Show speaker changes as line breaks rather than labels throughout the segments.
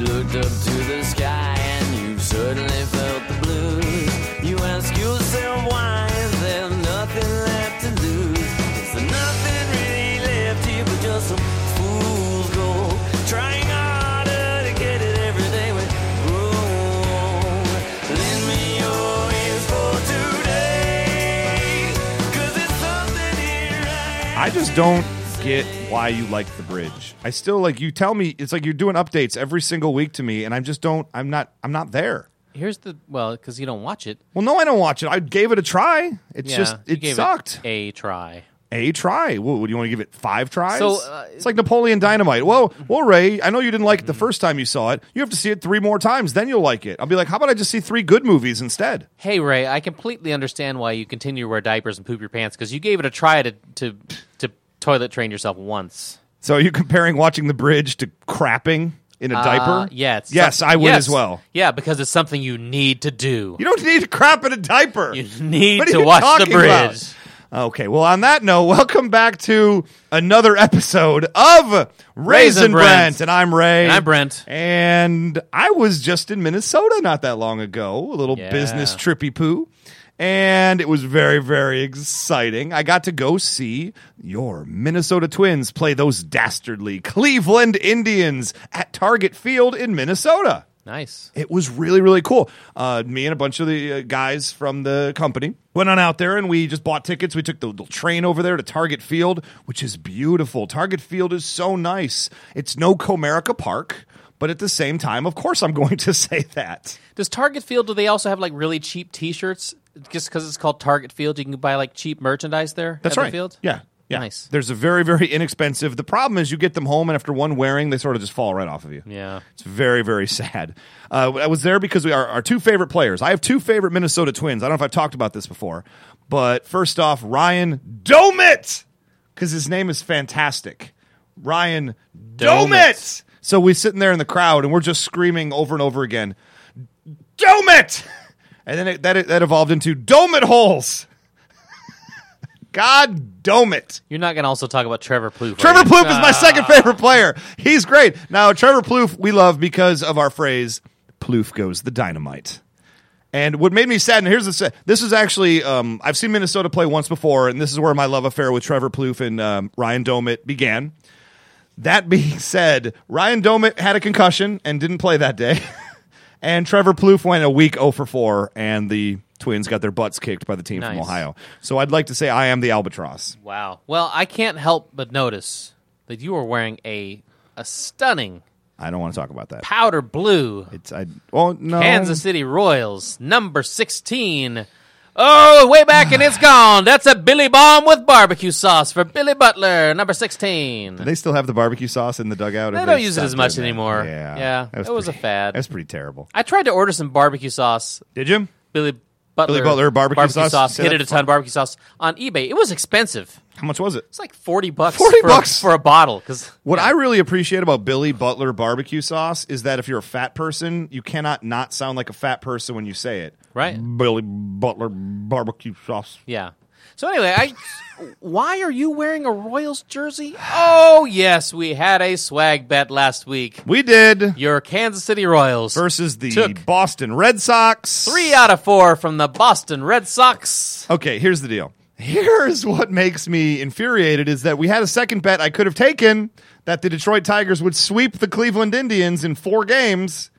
looked up to the sky and you certainly felt the blues. You ask yourself why is there nothing left to lose? Is there nothing really left here but just some fool's gold? Trying harder to get it every day we grow old. Lend me your ears for today, 'cause it's something here I
I just don't get why you like the bridge. I still like you tell me it's like you're doing updates every single week to me and I just don't I'm not I'm not there.
Here's the well, because you don't watch it.
Well, no, I don't watch it. I gave it a try. It's
Yeah,
just
you
it
gave
sucked.
a try.
a try. What, what, do you want to give it five tries?
So, uh,
it's like Napoleon Dynamite. Well, well, Ray, I know you didn't like it the first time you saw it. You have to see it three more times, then you'll like it. I'll be like, how about I just see three good movies instead?
Hey Ray, I completely understand why you continue to wear diapers and poop your pants because you gave it a try to to to toilet train yourself once.
So, are you comparing watching The Bridge to crapping in a
Uh,
diaper?
yeah. It's
yes,
some-
I would
yes.
as well.
Yeah, because it's something you need to do.
You don't need to crap in a diaper.
You need
What are
to
you
watch the
talking about?
bridge.
Okay, well, on that note, welcome back to another episode of Raisin
Raisin Brent.
Brent. And I'm Ray.
And I'm Brent.
And I was just in Minnesota not that long ago, a little
Yeah.
business trippy poo. And it was very, very exciting. I got to go see your Minnesota Twins play those dastardly Cleveland Indians at Target Field in Minnesota.
Nice.
It was really, really cool. Uh, me and a bunch of the uh, guys from the company went on out there and we just bought tickets. We took the little train over there to Target Field, which is beautiful. Target Field is so nice. It's no Comerica Park, but at the same time, of course, I'm going to say that.
Does Target Field do they also have like really cheap T-shirts? Just because it's called Target Field, you can buy like cheap merchandise there.
That's
at the
right.
Field.
Yeah. Yeah.
Nice.
There's a very, very inexpensive. The problem is you get them home, and after one wearing, they sort of just fall right off of you.
Yeah.
It's very, very sad. Uh, I was there because we are our two favorite players. I have two favorite Minnesota Twins. I don't know if I've talked about this before, but first off, Ryan Domit, because his name is fantastic. Ryan Domit.
Domit.
So we're sitting there in the crowd and we're just screaming over and over again, Domit. And then it, that, that evolved into Domit holes. God Domit.
You're not going to also talk about Trevor Plouffe. are
Trevor
you?
Plouffe is my second favorite player. He's great. Now, Trevor Plouffe, we love because of our phrase, Plouffe goes the dynamite. And what made me sad, and here's the sa- this is actually, um, I've seen Minnesota play once before, and this is where my love affair with Trevor Plouffe and um, Ryan Domit began. That being said, Ryan Domit had a concussion and didn't play that day. and Trevor Plouffe went a week 0 for 4, and the Twins got their butts kicked by the team from
Nice.
Ohio. So I'd like to say I am the albatross.
Wow. Well, I can't help but notice that you are wearing a a stunning
I don't want to talk about that.
powder blue
It's I well no
Kansas City Royals number 16. Oh, way back and it's gone. That's a Billy Bomb with barbecue sauce for Billy Butler, number 16.
They still have the barbecue sauce in the dugout.
They
Or
don't use it as
stopped
much
doing that?
anymore.
Yeah,
Yeah,
That
it was a
pretty-
fad.
That's pretty terrible.
I tried to order some barbecue sauce,
Did you?
Billy Butler,
Butler barbecue sauce? Say
hit
that
it a ton barbecue sauce on eBay. It was expensive.
How much was it?
It's like 40 bucks
40
for,
bucks?
for a bottle cuz
What I really appreciate about Billy Butler barbecue sauce is that if you're a fat person, you cannot not sound like a fat person when you say it.
Right.
Billy Butler barbecue sauce.
Yeah. So anyway, I why are you wearing a Royals jersey? Oh yes, we had a swag bet last week.
We did
Your Kansas City Royals
versus the
Took.
Boston Red Sox.
three out of four from the Boston Red Sox.
Okay, here's the deal. Here's what makes me infuriated is that we had a second bet I could have taken that the Detroit Tigers would sweep the Cleveland Indians in four games,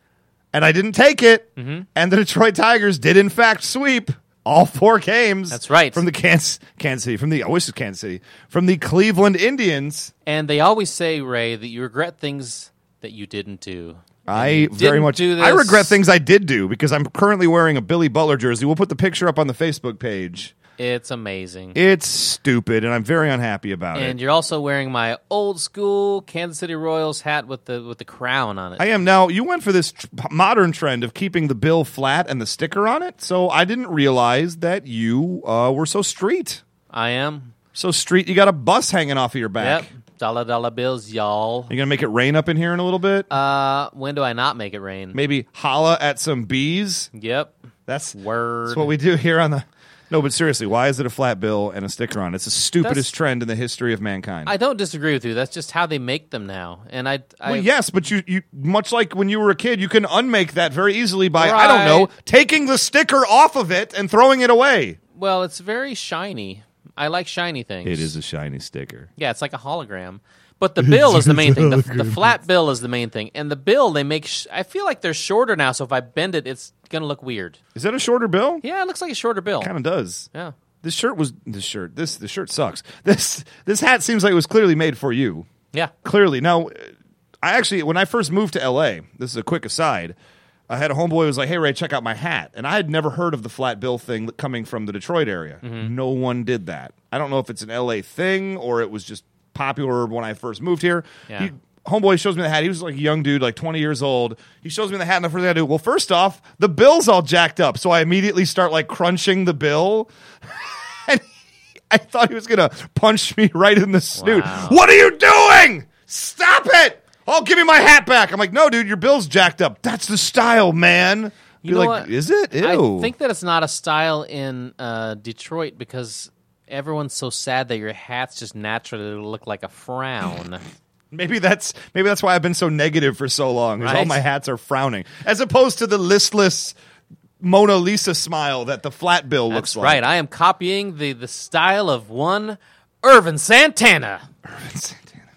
and I didn't take it.
Mm-hmm.
And the Detroit Tigers did, in fact, sweep all four games.
That's right.
From the Kansas, Kansas City, from the, I wish it was Kansas City, from the Cleveland Indians.
And they always say, Ray, that you regret things that you didn't do.
I very
didn't
much
do
I
this.
regret things I did do because I'm currently wearing a Billy Butler jersey. We'll put the picture up on the Facebook page.
It's amazing.
It's stupid, and I'm very unhappy about it.
and you're also wearing my old school Kansas City Royals hat with the with the crown on it.
I am now. You went for this tr- modern trend of keeping the bill flat and the sticker on it, so I didn't realize that you uh, were so street.
I am.
So street, you got a bus hanging off of your back.
Yep. Dollar dollar bills, y'all.
You gonna make it rain up in here in a little bit?
Uh, when do I not make it rain?
Maybe holla at some bees.
Yep.
That's
Word.
that's what we do here on the No, but seriously, why is it a flat bill and a sticker on? it? It's the stupidest
That's-
trend in the history of mankind.
I don't disagree with you. That's just how they make them now. And I, I
well, yes, but you, you much like when you were a kid, you can unmake that very easily by I don't know
Right.
taking the sticker off of it and throwing it away.
well, it's very shiny. I like shiny things.
a shiny sticker.
Yeah, it's like a hologram. But the bill is the main thing. The, the flat bill is the main thing. And the bill they make. Sh- I feel like they're shorter now. So if I bend it, it's gonna look weird.
Is that a shorter bill?
Yeah, it looks like a shorter bill.
Kind of does.
Yeah.
This shirt was this shirt. This the shirt sucks. This this hat seems like it was clearly made for you.
Yeah.
Clearly. Now, I actually when I first moved to LA, this is a quick aside. I had a homeboy who was like, "Hey Ray, check out my hat," and I had never heard of the flat bill thing that- coming from the Detroit area. No one did that. I don't know if it's an LA thing or it was just popular when I first moved here.
Yeah.
He- homeboy shows me the hat. He was like a young dude, like 20 years old. He shows me the hat, and the first thing I do, well, first off, the bill's all jacked up. So I immediately start like crunching the bill. and he- I thought he was going to punch me right in the snoot.
Wow.
What are you doing? Stop it. Oh, give me my hat back. I'm like, no, dude, your bill's jacked up. That's the style, man.
know
Be like,
what?
is it? Ew.
I think that it's not a style in uh, Detroit because everyone's so sad that your hats just naturally look like a frown.
Maybe that's maybe that's why I've been so negative for so long. Is all
Right?
my hats are frowning, as opposed to the listless Mona Lisa smile that the flat bill looks
That's
like.
right. I am copying the the style of one Irvin Santana,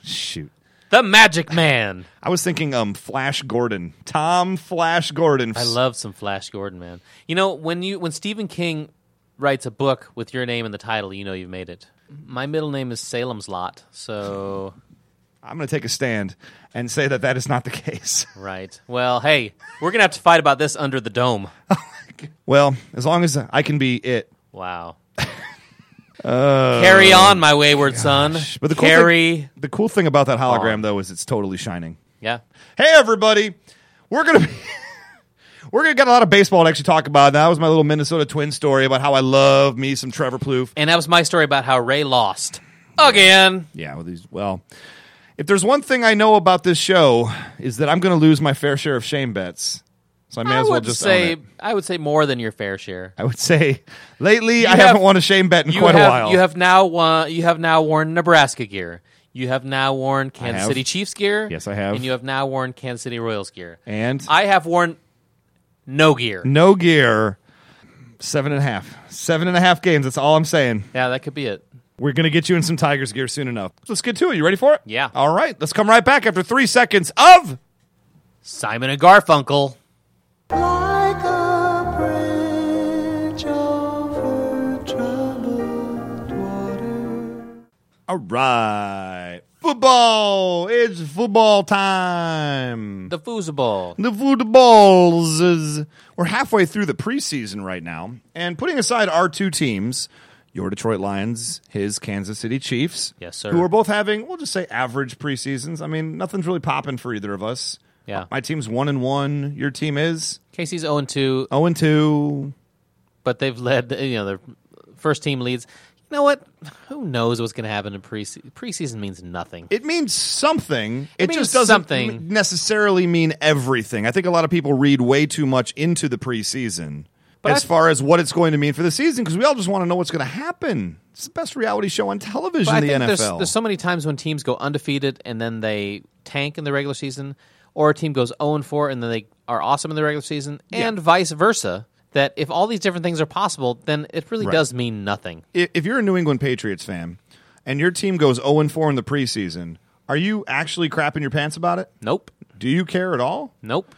Shoot,
the Magic Man.
I was thinking um Flash Gordon, Tom Flash Gordon.
I love some Flash Gordon, man. You know when you when Stephen King writes a book with your name in the title, you know you've made it. My middle name is Salem's Lot, so
I'm going to take a stand and say that that is not the case.
right. Well, hey, we're gonna have to fight about this under the dome.
well, as long as I can be it.
Wow. Carry on, my wayward son.
Oh. But the cool
Carry.
thing, the cool thing about that hologram though is it's totally shining.
yeah.
Hey everybody, we're gonna be we're gonna get a lot of baseball to actually talk about. That was my little Minnesota Twin story about how I love me some Trevor Plouffe.
And that was my story about how Ray lost again.
Yeah, well, these well, if there's one thing I know about this show is that I'm gonna lose my fair share of shame bets. So I may
I
as well
would
just own
say
it.
I would say more than your fair share.
I would say lately I
have-
haven't won a shame bet in
You
quite
have,
a while.
You have now won, you have now worn Nebraska gear. You have now worn Kansas
have.
City Chiefs gear.
Yes, I have.
And you have now worn Kansas City Royals gear.
and
I have worn no gear.
no gear. Seven and a half. Seven and a half games. That's all I'm saying.
Yeah, that could be it.
We're going to get you in some Tigers gear soon enough. Let's get to it. You ready for it?
Yeah.
All right. Let's come right back after three seconds of
Simon and Garfunkel.
like a bridge over troubled water.
All right. Football. It's football time.
The foosball.
The footballs. is- We're halfway through the preseason right now. And putting aside our two teams, your Detroit Lions, his Kansas City Chiefs.
Yes, sir.
Who are both having, we'll just say average preseasons. I mean, nothing's really popping for either of us.
Yeah.
My team's one and one. Your team is
Casey's 0 2.
oh and two.
but they've led. You know, their first team leads. You know what? Who knows what's going to happen in preseason? Preseason means nothing.
It means something. It,
means
just doesn't
something.
m- necessarily mean everything. I think a lot of people read way too much into the preseason
But
as
I-
far as what it's going to mean for the season because we all just want to know what's going to happen. It's the best reality show on television,
But I
the
think
NFL.
There's, there's so many times when teams go undefeated and then they tank in the regular season, or a team goes 0 4 and then they are awesome in the regular season, and vice versa. That if all these different things are possible, then it really
Right.
does mean nothing.
I- if you're a New England Patriots fan and your team goes 0 and 4 in the preseason, are you actually crapping your pants about it?
Nope.
Do you care at all?
Nope.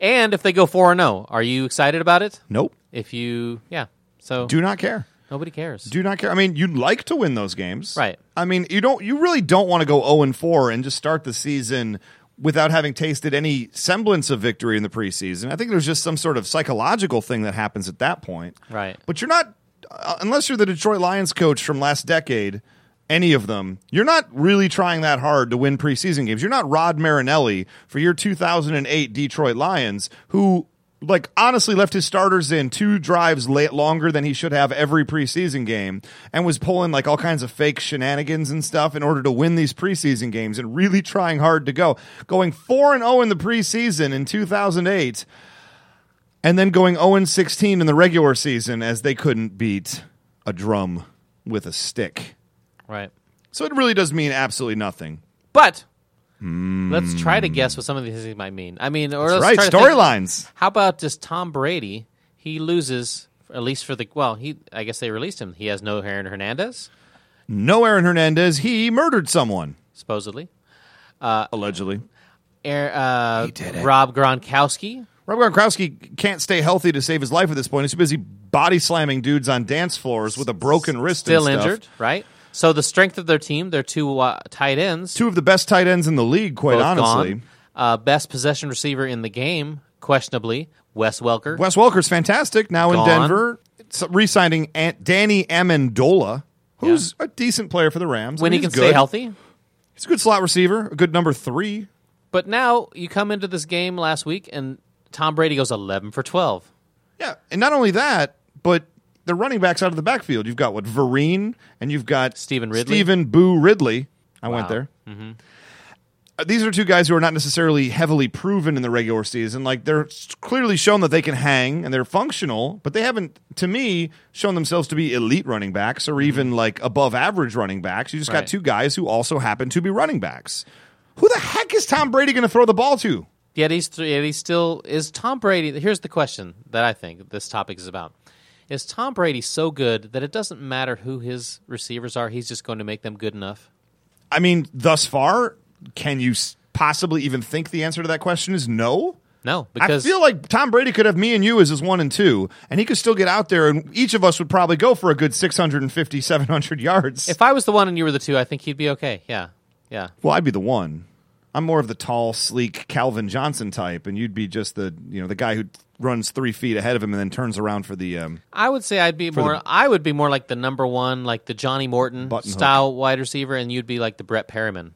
And if they go 4 0, are you excited about it?
Nope.
If you, yeah. So
Do not care.
nobody cares.
do not care. I mean, you'd like to win those games,
Right.
I mean, you don't. You really don't want to go zero and four and just start the season without having tasted any semblance of victory in the preseason. I think there's just some sort of psychological thing that happens at that point,
Right.
But you're not, uh, unless you're the Detroit Lions coach from last decade. Any of them, you're not really trying that hard to win preseason games. You're not Rod Marinelli for your 2008 Detroit Lions, who like honestly left his starters in two drives late longer than he should have every preseason game and was pulling like all kinds of fake shenanigans and stuff in order to win these preseason games and really trying hard to go going 4 and 0 in the preseason in 2008 and then going 0 and 16 in the regular season as they couldn't beat a drum with a stick.
Right.
So it really does mean absolutely nothing.
But let's try to guess what some of these things might mean. I mean, or let's
Hmm. right,
try to think-
storylines.
How about just Tom Brady? He loses at least for the well. He I guess they released him. He has no Aaron Hernandez
No Aaron Hernandez. He murdered someone.
supposedly. Uh,
Allegedly.
Air, uh, Rob Gronkowski.
Rob Gronkowski can't stay healthy to save his life at this point. He's too busy body slamming dudes on dance floors with a broken wrist.
still
and stuff.
injured, right? So the strength of their team, their two uh, tight ends,
Two of the best tight ends in the league, quite
both
honestly.
gone. Uh, best possession receiver in the game, questionably, Wes Welker.
Wes Welker's fantastic now
Gone.
in Denver, It's re-signing Ant- Danny Amendola, who's a decent player for the Rams. I
when he
mean,
can
he's
stay
good.
healthy.
he's a good slot receiver, a good number three.
But now you come into this game last week, and Tom Brady goes eleven for twelve.
Yeah, and not only that, but the running backs out of the backfield. You've got what Vereen, and you've got
Stephen Ridley.
Stephen Boo Ridley. I went
Wow. Mm-hmm.
there. Uh, These are two guys who are not necessarily heavily proven in the regular season. Like they're s- clearly shown that they can hang and they're functional, but they haven't, to me, shown themselves to be elite running backs or even like above average running backs. You just
Mm-hmm. Right.
got two guys who also happen to be running backs. Who the heck is Tom Brady going to throw the ball to?
Yet he's th- yet he still is Tom Brady. Here's the question that I think this topic is about: Is Tom Brady so good that it doesn't matter who his receivers are? He's just going to make them good enough.
I mean, thus far, can you s- possibly even think the answer to that question is no?
No, because
I feel like Tom Brady could have me and you as his one and two, and he could still get out there, and each of us would probably go for a good 650, 700 yards.
If I was the one and you were the two, I think he'd be okay. Yeah. Yeah.
well, I'd be the one. I'm more of the tall, sleek Calvin Johnson type, and you'd be just the you know the guy who runs three feet ahead of him and then turns around for the um,
I would say I'd be more I would be more like the number one, like the Johnny Morton
Button hook.
style wide receiver, and you'd be like the Brett Perriman.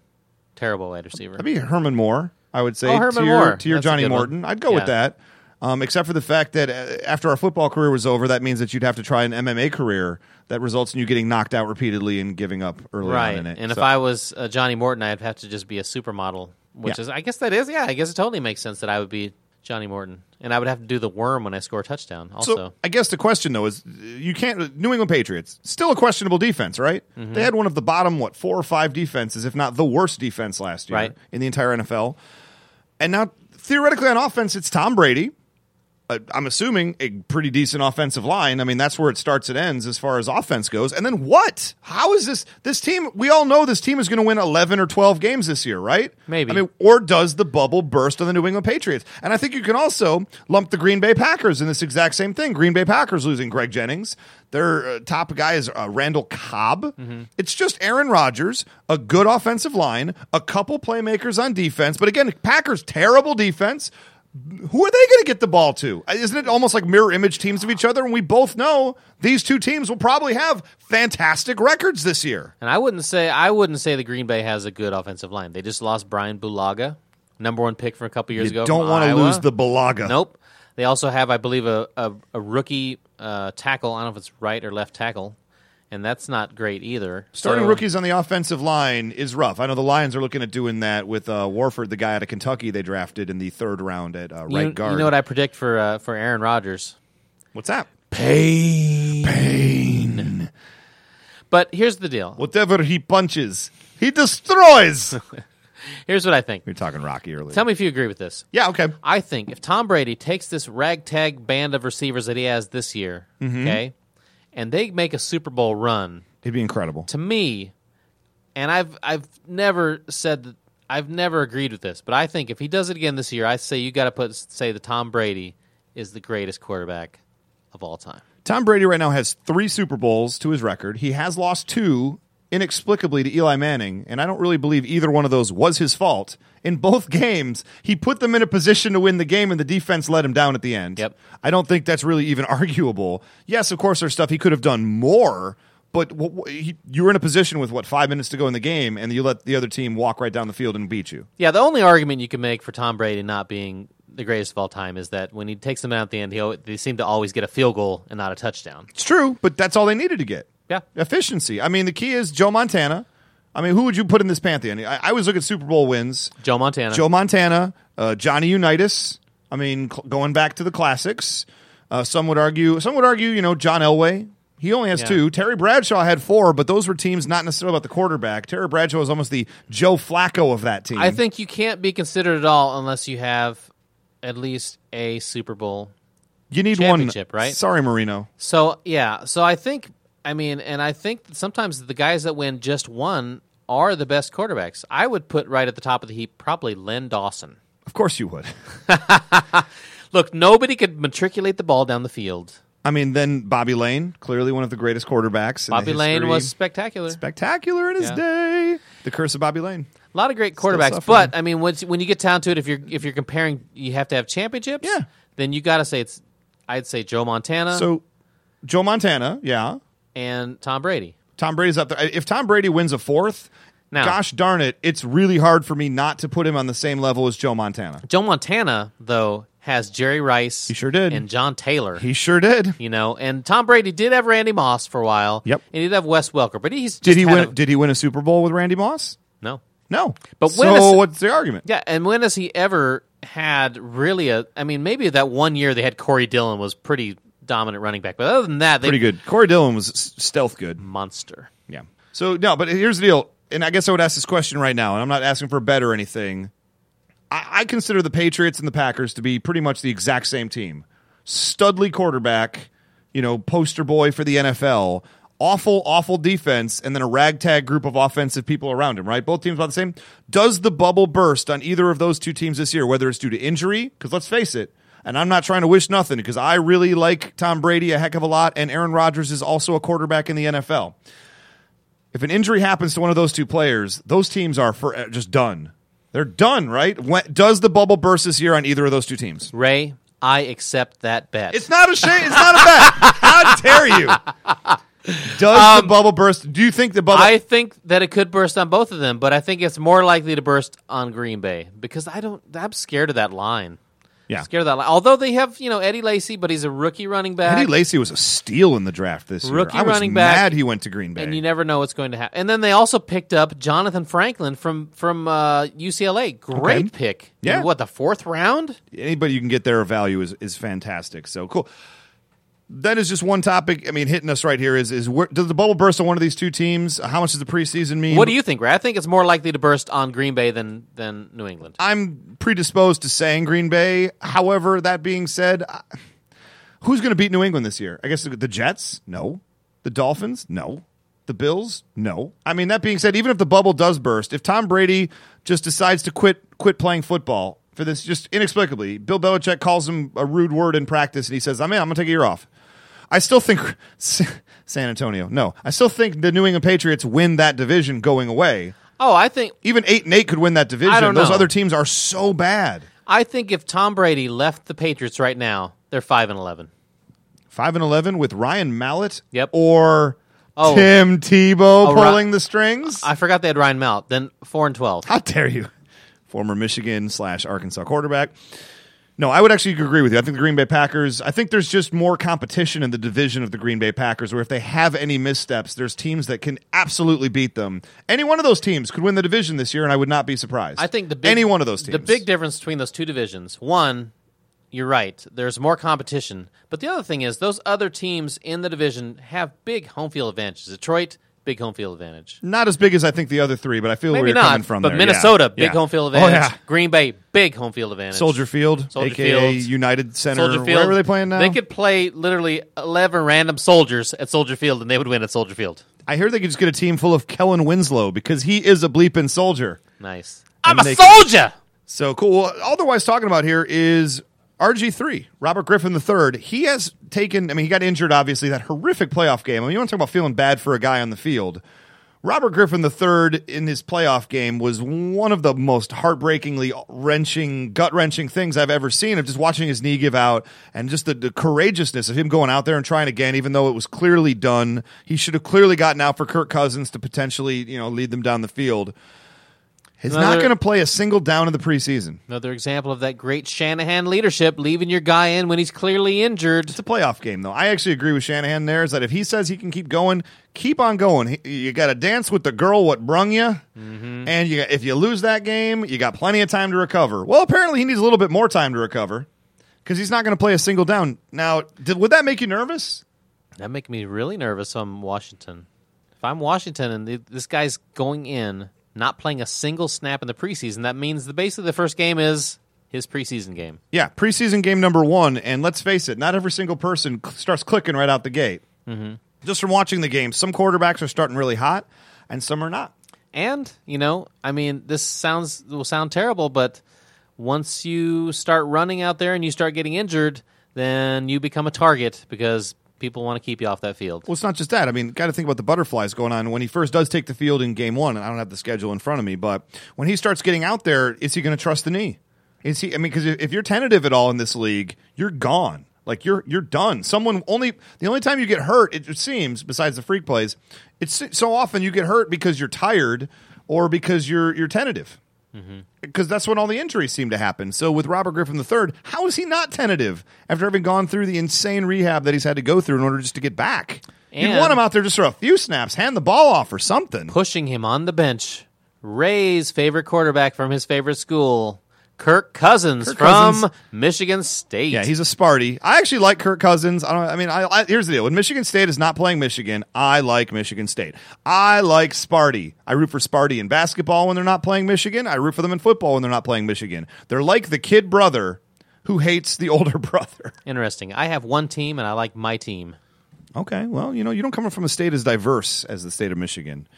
Terrible wide receiver.
I'd be Herman Moore. I would say
Oh, Herman
to your,
Moore.
to your
That's a
Johnny
good one.
Morton. I'd go
Yeah.
with that. Um, except for the fact that uh, after our football career was over, that means that you'd have to try an MMA career that results in you getting knocked out repeatedly and giving up early
right.
on in it.
and if
So-
I was uh, Johnny Morton, I'd have to just be a supermodel, which
Yeah.
is I guess that is yeah, I guess it totally makes sense that I would be Johnny Morton. And I would have to do the worm when I score a touchdown also.
so I guess the question though is, uh, you can't New England Patriots still a questionable defense, right?
Mm-hmm.
They had one of the bottom what four or five defenses, if not the worst defense last year
Right.
in the entire NFL. And now theoretically on offense, it's Tom Brady. Uh, I'm assuming a pretty decent offensive line. I mean, that's where it starts and ends as far as offense goes. And then what? How is this this team? We all know this team is going to win 11 or 12 games this year, right?
Maybe.
I mean, or does the bubble burst on the New England Patriots? And I think you can also lump the Green Bay Packers in this exact same thing. Green Bay Packers losing Greg Jennings. Their uh, top guy is uh, Randall Cobb. It's just Aaron Rodgers, a good offensive line, a couple playmakers on defense. But again, Packers terrible defense. Who are they going to get the ball to? Uh, Isn't it almost like mirror image teams of each other? And we both know these two teams will probably have fantastic records this year.
And I wouldn't say I wouldn't say the Green Bay has a good offensive line. They just lost Brian Bulaga, number one pick from a couple years
You
ago.
don't
want to
lose the Balaga.
Nope. They also have, I believe, a, a, a rookie uh, tackle. I don't know if it's right or left tackle, and that's not great either.
Starting
So-
rookies on the offensive line is rough. I know the Lions are looking at doing that with uh, Warford, the guy out of Kentucky they drafted in the third round at uh,
You,
right guard.
you know what I predict for uh, for Aaron Rodgers.
What's that?
Pain.
Pain.
But here's the deal.
Whatever he punches, he destroys. we
Here's what I think.
were talking Rocky earlier.
Tell me if you agree with this.
yeah, okay.
I think if Tom Brady takes this ragtag band of receivers that he has this year, okay, and they make a Super Bowl run,
He'd be incredible.
to me, and I've I've never said that I've never agreed with this, but I think if he does it again this year, I say you got to put say the Tom Brady is the greatest quarterback of all time.
Tom Brady right now has three Super Bowls to his record. He has lost two inexplicably to Eli Manning, and I don't really believe either one of those was his fault. In both games, he put them in a position to win the game, and the defense let him down at the end.
Yep.
I don't think that's really even arguable. Yes, of course, there's stuff he could have done more, but wh- wh- he, you were in a position with, what, five minutes to go in the game, and you let the other team walk right down the field and beat you.
Yeah, the only argument you can make for Tom Brady not being the greatest of all time is that when he takes them out at the end, he al- they seem to always get a field goal and not a touchdown.
It's true, but that's all they needed to get.
Yeah.
Efficiency. I mean, the key is Joe Montana. I mean, who would you put in this pantheon? I, I always look at Super Bowl wins.
Joe Montana.
Joe Montana, uh, Johnny Unitas. I mean, cl- going back to the classics, uh, some would argue. Some would argue, you know, John Elway He only has
Yeah.
two. Terry Bradshaw had four, but those were teams not necessarily about the quarterback. Terry Bradshaw was almost the Joe Flacco of that team.
I think you can't be considered at all unless you have at least a Super Bowl.
you need
championship,
one.
right?
Sorry, Marino.
So yeah, so I think I mean, and I think that sometimes the guys that win just one are the best quarterbacks. I would put right at the top of the heap probably Len Dawson.
Of course you would.
Look, nobody could matriculate the ball down the field.
I mean, then Bobby Lane, clearly one of the greatest quarterbacks. in the
Bobby Lane
history.
was spectacular.
spectacular in his
Yeah.
day. The curse of Bobby Lane.
A lot of great quarterbacks,
suffering.
but I mean, once, when you get down to it, if you're if you're comparing, you have to have championships.
Yeah.
Then you got to say it's. I'd say Joe Montana
So, Joe Montana, yeah.
and Tom Brady.
Tom Brady's up there. If Tom Brady wins a fourth,
Now-
gosh darn it, it's really hard for me not to put him on the same level as Joe Montana.
Joe Montana though has Jerry Rice. He
sure did.
and John Taylor.
He sure did.
you know, and Tom Brady did have Randy Moss for a while.
Yep.
and he did have Wes Welker, but he's just
Did he
had
win?
a-
did he win a Super Bowl with Randy Moss?
no.
No.
But
so
when is-
what's the argument?
Yeah, and when has he ever had really a? I mean, maybe that one year they had Corey Dillon was pretty dominant running back, but other than that, they
Pretty good. Corey Dillon was s- stealth good.
monster.
Yeah. So no, but here's the deal, and I guess I would ask this question right now, and I'm not asking for a bet or anything. I, I consider the Patriots and the Packers to be pretty much the exact same team. Studley quarterback, you know, poster boy for the NFL. Awful, awful defense, and then a ragtag group of offensive people around him, right? Both teams about the same. Does the bubble burst on either of those two teams this year, whether it's due to injury? Because let's face it, and I'm not trying to wish nothing because I really like Tom Brady a heck of a lot, and Aaron Rodgers is also a quarterback in the NFL if an injury happens to one of those two players, those teams are for, uh, just done. They're done, right? When, does the bubble burst this year on either of those two teams?
Ray, I accept that bet.
It's not a shame. It's not a bet. How dare you? Does the bubble burst? Do you think the bubble?
Um, I think that it could burst on both of them, but I think it's more likely to burst on Green Bay because I don't. I'm scared of that line.
yeah.
Scared of that line. Although they have, you know, Eddie Lacy, but he's a rookie running back.
Eddie Lacy was a steal in the draft this year.
Rookie
I was
running back,
mad he went to Green Bay.
and you never know what's going to happen. And then they also picked up Jonathan Franklin from from uh, UCLA. Great
Okay.
pick.
Yeah.
In what the fourth round?
Anybody you can get their value is is fantastic. So cool. That is just one topic. I mean, hitting us right here is is where, does the bubble burst on one of these two teams? How much does the preseason mean?
What do you think, Ray? I think it's more likely to burst on Green Bay than than New England.
I'm predisposed to saying Green Bay. However, that being said, I- who's going to beat New England this year? I guess the Jets? No. The Dolphins? No. The Bills? No. I mean, that being said, even if the bubble does burst, if Tom Brady just decides to quit quit playing football for this just inexplicably, Bill Belichick calls him a rude word in practice and he says, "I'm in. I'm going to take a year off." I still think San Antonio. No. I still think the New England Patriots win that division going away
Oh, I think
even eight and eight could win that division.
I don't
Those
know.
other teams are so bad.
I think if Tom Brady left the Patriots right now, they're five and eleven.
Five and eleven with Ryan Mallett.
Yep.
Or
Oh.
Tim Tebow
Oh, Ri-
pulling the strings.
I forgot they had Ryan Mount. Then four and twelve.
How dare you? Former Michigan slash Arkansas quarterback. No, I would actually agree with you. I think the Green Bay Packers, I think there's just more competition in the division of the Green Bay Packers where if they have any missteps, there's teams that can absolutely beat them. Any one of those teams could win the division this year, and I would not be surprised.
I think the big,
any one of those teams.
The big difference between those two divisions. One, you're right. There's more competition, but the other thing is those other teams in the division have big home field advantages. Detroit, big home field advantage.
not as big as I think the other three, but I feel where
Maybe
you're coming
not,
from.
but
there. Yeah.
Minnesota, big
Yeah.
home field
Oh,
advantage.
yeah.
Green Bay, big home field advantage.
Soldier Field,
Soldier
aka
Field.
United Center.
Soldier Field.
Where were they playing now?
They could play literally eleven random soldiers at Soldier Field, and they would win at Soldier Field.
I hear they could just get a team full of Kellen Winslow because he is a bleeping soldier.
Nice.
And
I'm
they
a
could-
soldier.
So cool. Well, otherwise, talking about here is RG3, Robert Griffin III. He has taken, I mean, he got injured, obviously, that horrific playoff game. I mean, you want to talk about feeling bad for a guy on the field. Robert Griffin III in his playoff game was one of the most heartbreakingly wrenching, gut wrenching things I've ever seen of just watching his knee give out and just the, the courageousness of him going out there and trying again, even though it was clearly done. He should have clearly gotten out for Kirk Cousins to potentially, you know, lead them down the field. He's not
Another-
going to play a single down in the preseason.
Another example of that great Shanahan leadership, leaving your guy in when he's clearly injured.
It's a playoff game, though. I actually agree with Shanahan there is that if he says he can keep going, keep on going. He- You got to dance with the girl what brung you. And you, if you lose that game, you got plenty of time to recover. Well, apparently he needs a little bit more time to recover because he's not going to play a single down. Now, did, would that make you nervous?
That make me really nervous. If I'm Washington. If I'm Washington and th- this guy's going in, not playing a single snap in the preseason, that means the basically the first game is his preseason game.
Yeah, preseason game number one, and let's face it, not every single person cl- starts clicking right out the gate. Mm-hmm. Just from watching the game, some quarterbacks are starting really hot, and some are not.
And you know, I mean, this sounds will sound terrible, but once you start running out there and you start getting injured, then you become a target because people want to keep you off that field.
Well, it's not just that. I mean, got to think about the butterflies going on when he first does take the field in game one. And I don't have the schedule in front of me, but when he starts getting out there, is he going to trust the knee? Is he? I mean, because if you're tentative at all in this league, you're gone. Like you're you're done. Someone only the only time you get hurt, it seems, besides the freak plays, it's so often you get hurt because you're tired or because you're you're tentative. Because that's when all the injuries seem to happen. So with Robert Griffin III, how is he not tentative after having gone through the insane rehab that he's had to go through in order just to get back? You'd
And-
want him out there just for a few snaps, hand the ball off or something.
Pushing him on the bench, Ray's favorite quarterback from his favorite school, Kirk Cousins
Kirk
from
Cousins.
Michigan State.
Yeah, he's a Sparty. I actually like Kirk Cousins. I don't. I mean, I, I here's the deal: when Michigan State is not playing Michigan, I like Michigan State. I like Sparty. I root for Sparty in basketball when they're not playing Michigan. I root for them in football when they're not playing Michigan. They're like the kid brother who hates the older brother.
Interesting. I have one team and I like my team.
Okay, well, you know, you don't come from a state as diverse as the state of Michigan.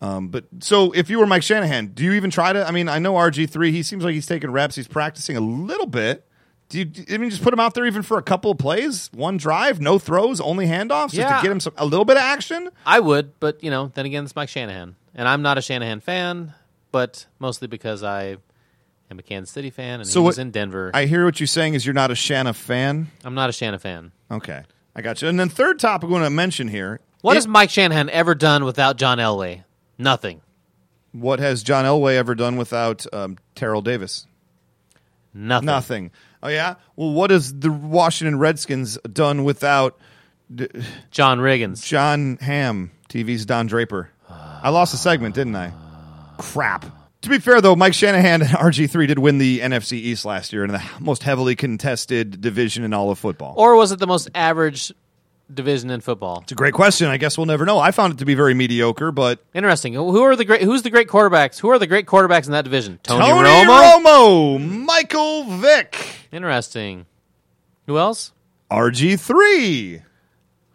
Um, but so, if you were Mike Shanahan, do you even try to? I mean, I know RG three. He seems like he's taking reps. He's practicing a little bit. Do you? I mean, just put him out there even for a couple of plays, one drive, no throws, only handoffs, just to
Yeah.
get him some a little bit of action.
I would, but you know, then again, it's Mike Shanahan, and I'm not a Shanahan fan, but mostly because I am a Kansas City fan, and
So
he
what-
was in Denver. I,
I hear what you're saying is you're not a Shanna fan.
am not a Shanahan fan.
Okay, I got you. And then third topic I want to mention here.
What
it-
has Mike Shanahan ever done without John Elway? Nothing.
what has John Elway ever done without um, Terrell Davis?
Nothing.
Nothing. Oh yeah. Well, what has the Washington Redskins done without
John Riggins.
John Hamm, TV's Don Draper? I lost a segment, didn't I? Crap. To be fair, though, Mike Shanahan and RG3 did win the NFC East last year in the most heavily contested division in all of football.
Or was it the most average division in football?
it's a great question. I guess we'll never know. I found it to be very mediocre, but
Interesting. Who are the great? Who's the great quarterbacks? Who are the great quarterbacks in that division? Tony,
Tony
Romo.
Romo Michael Vick,
Interesting. Who else?
RG3.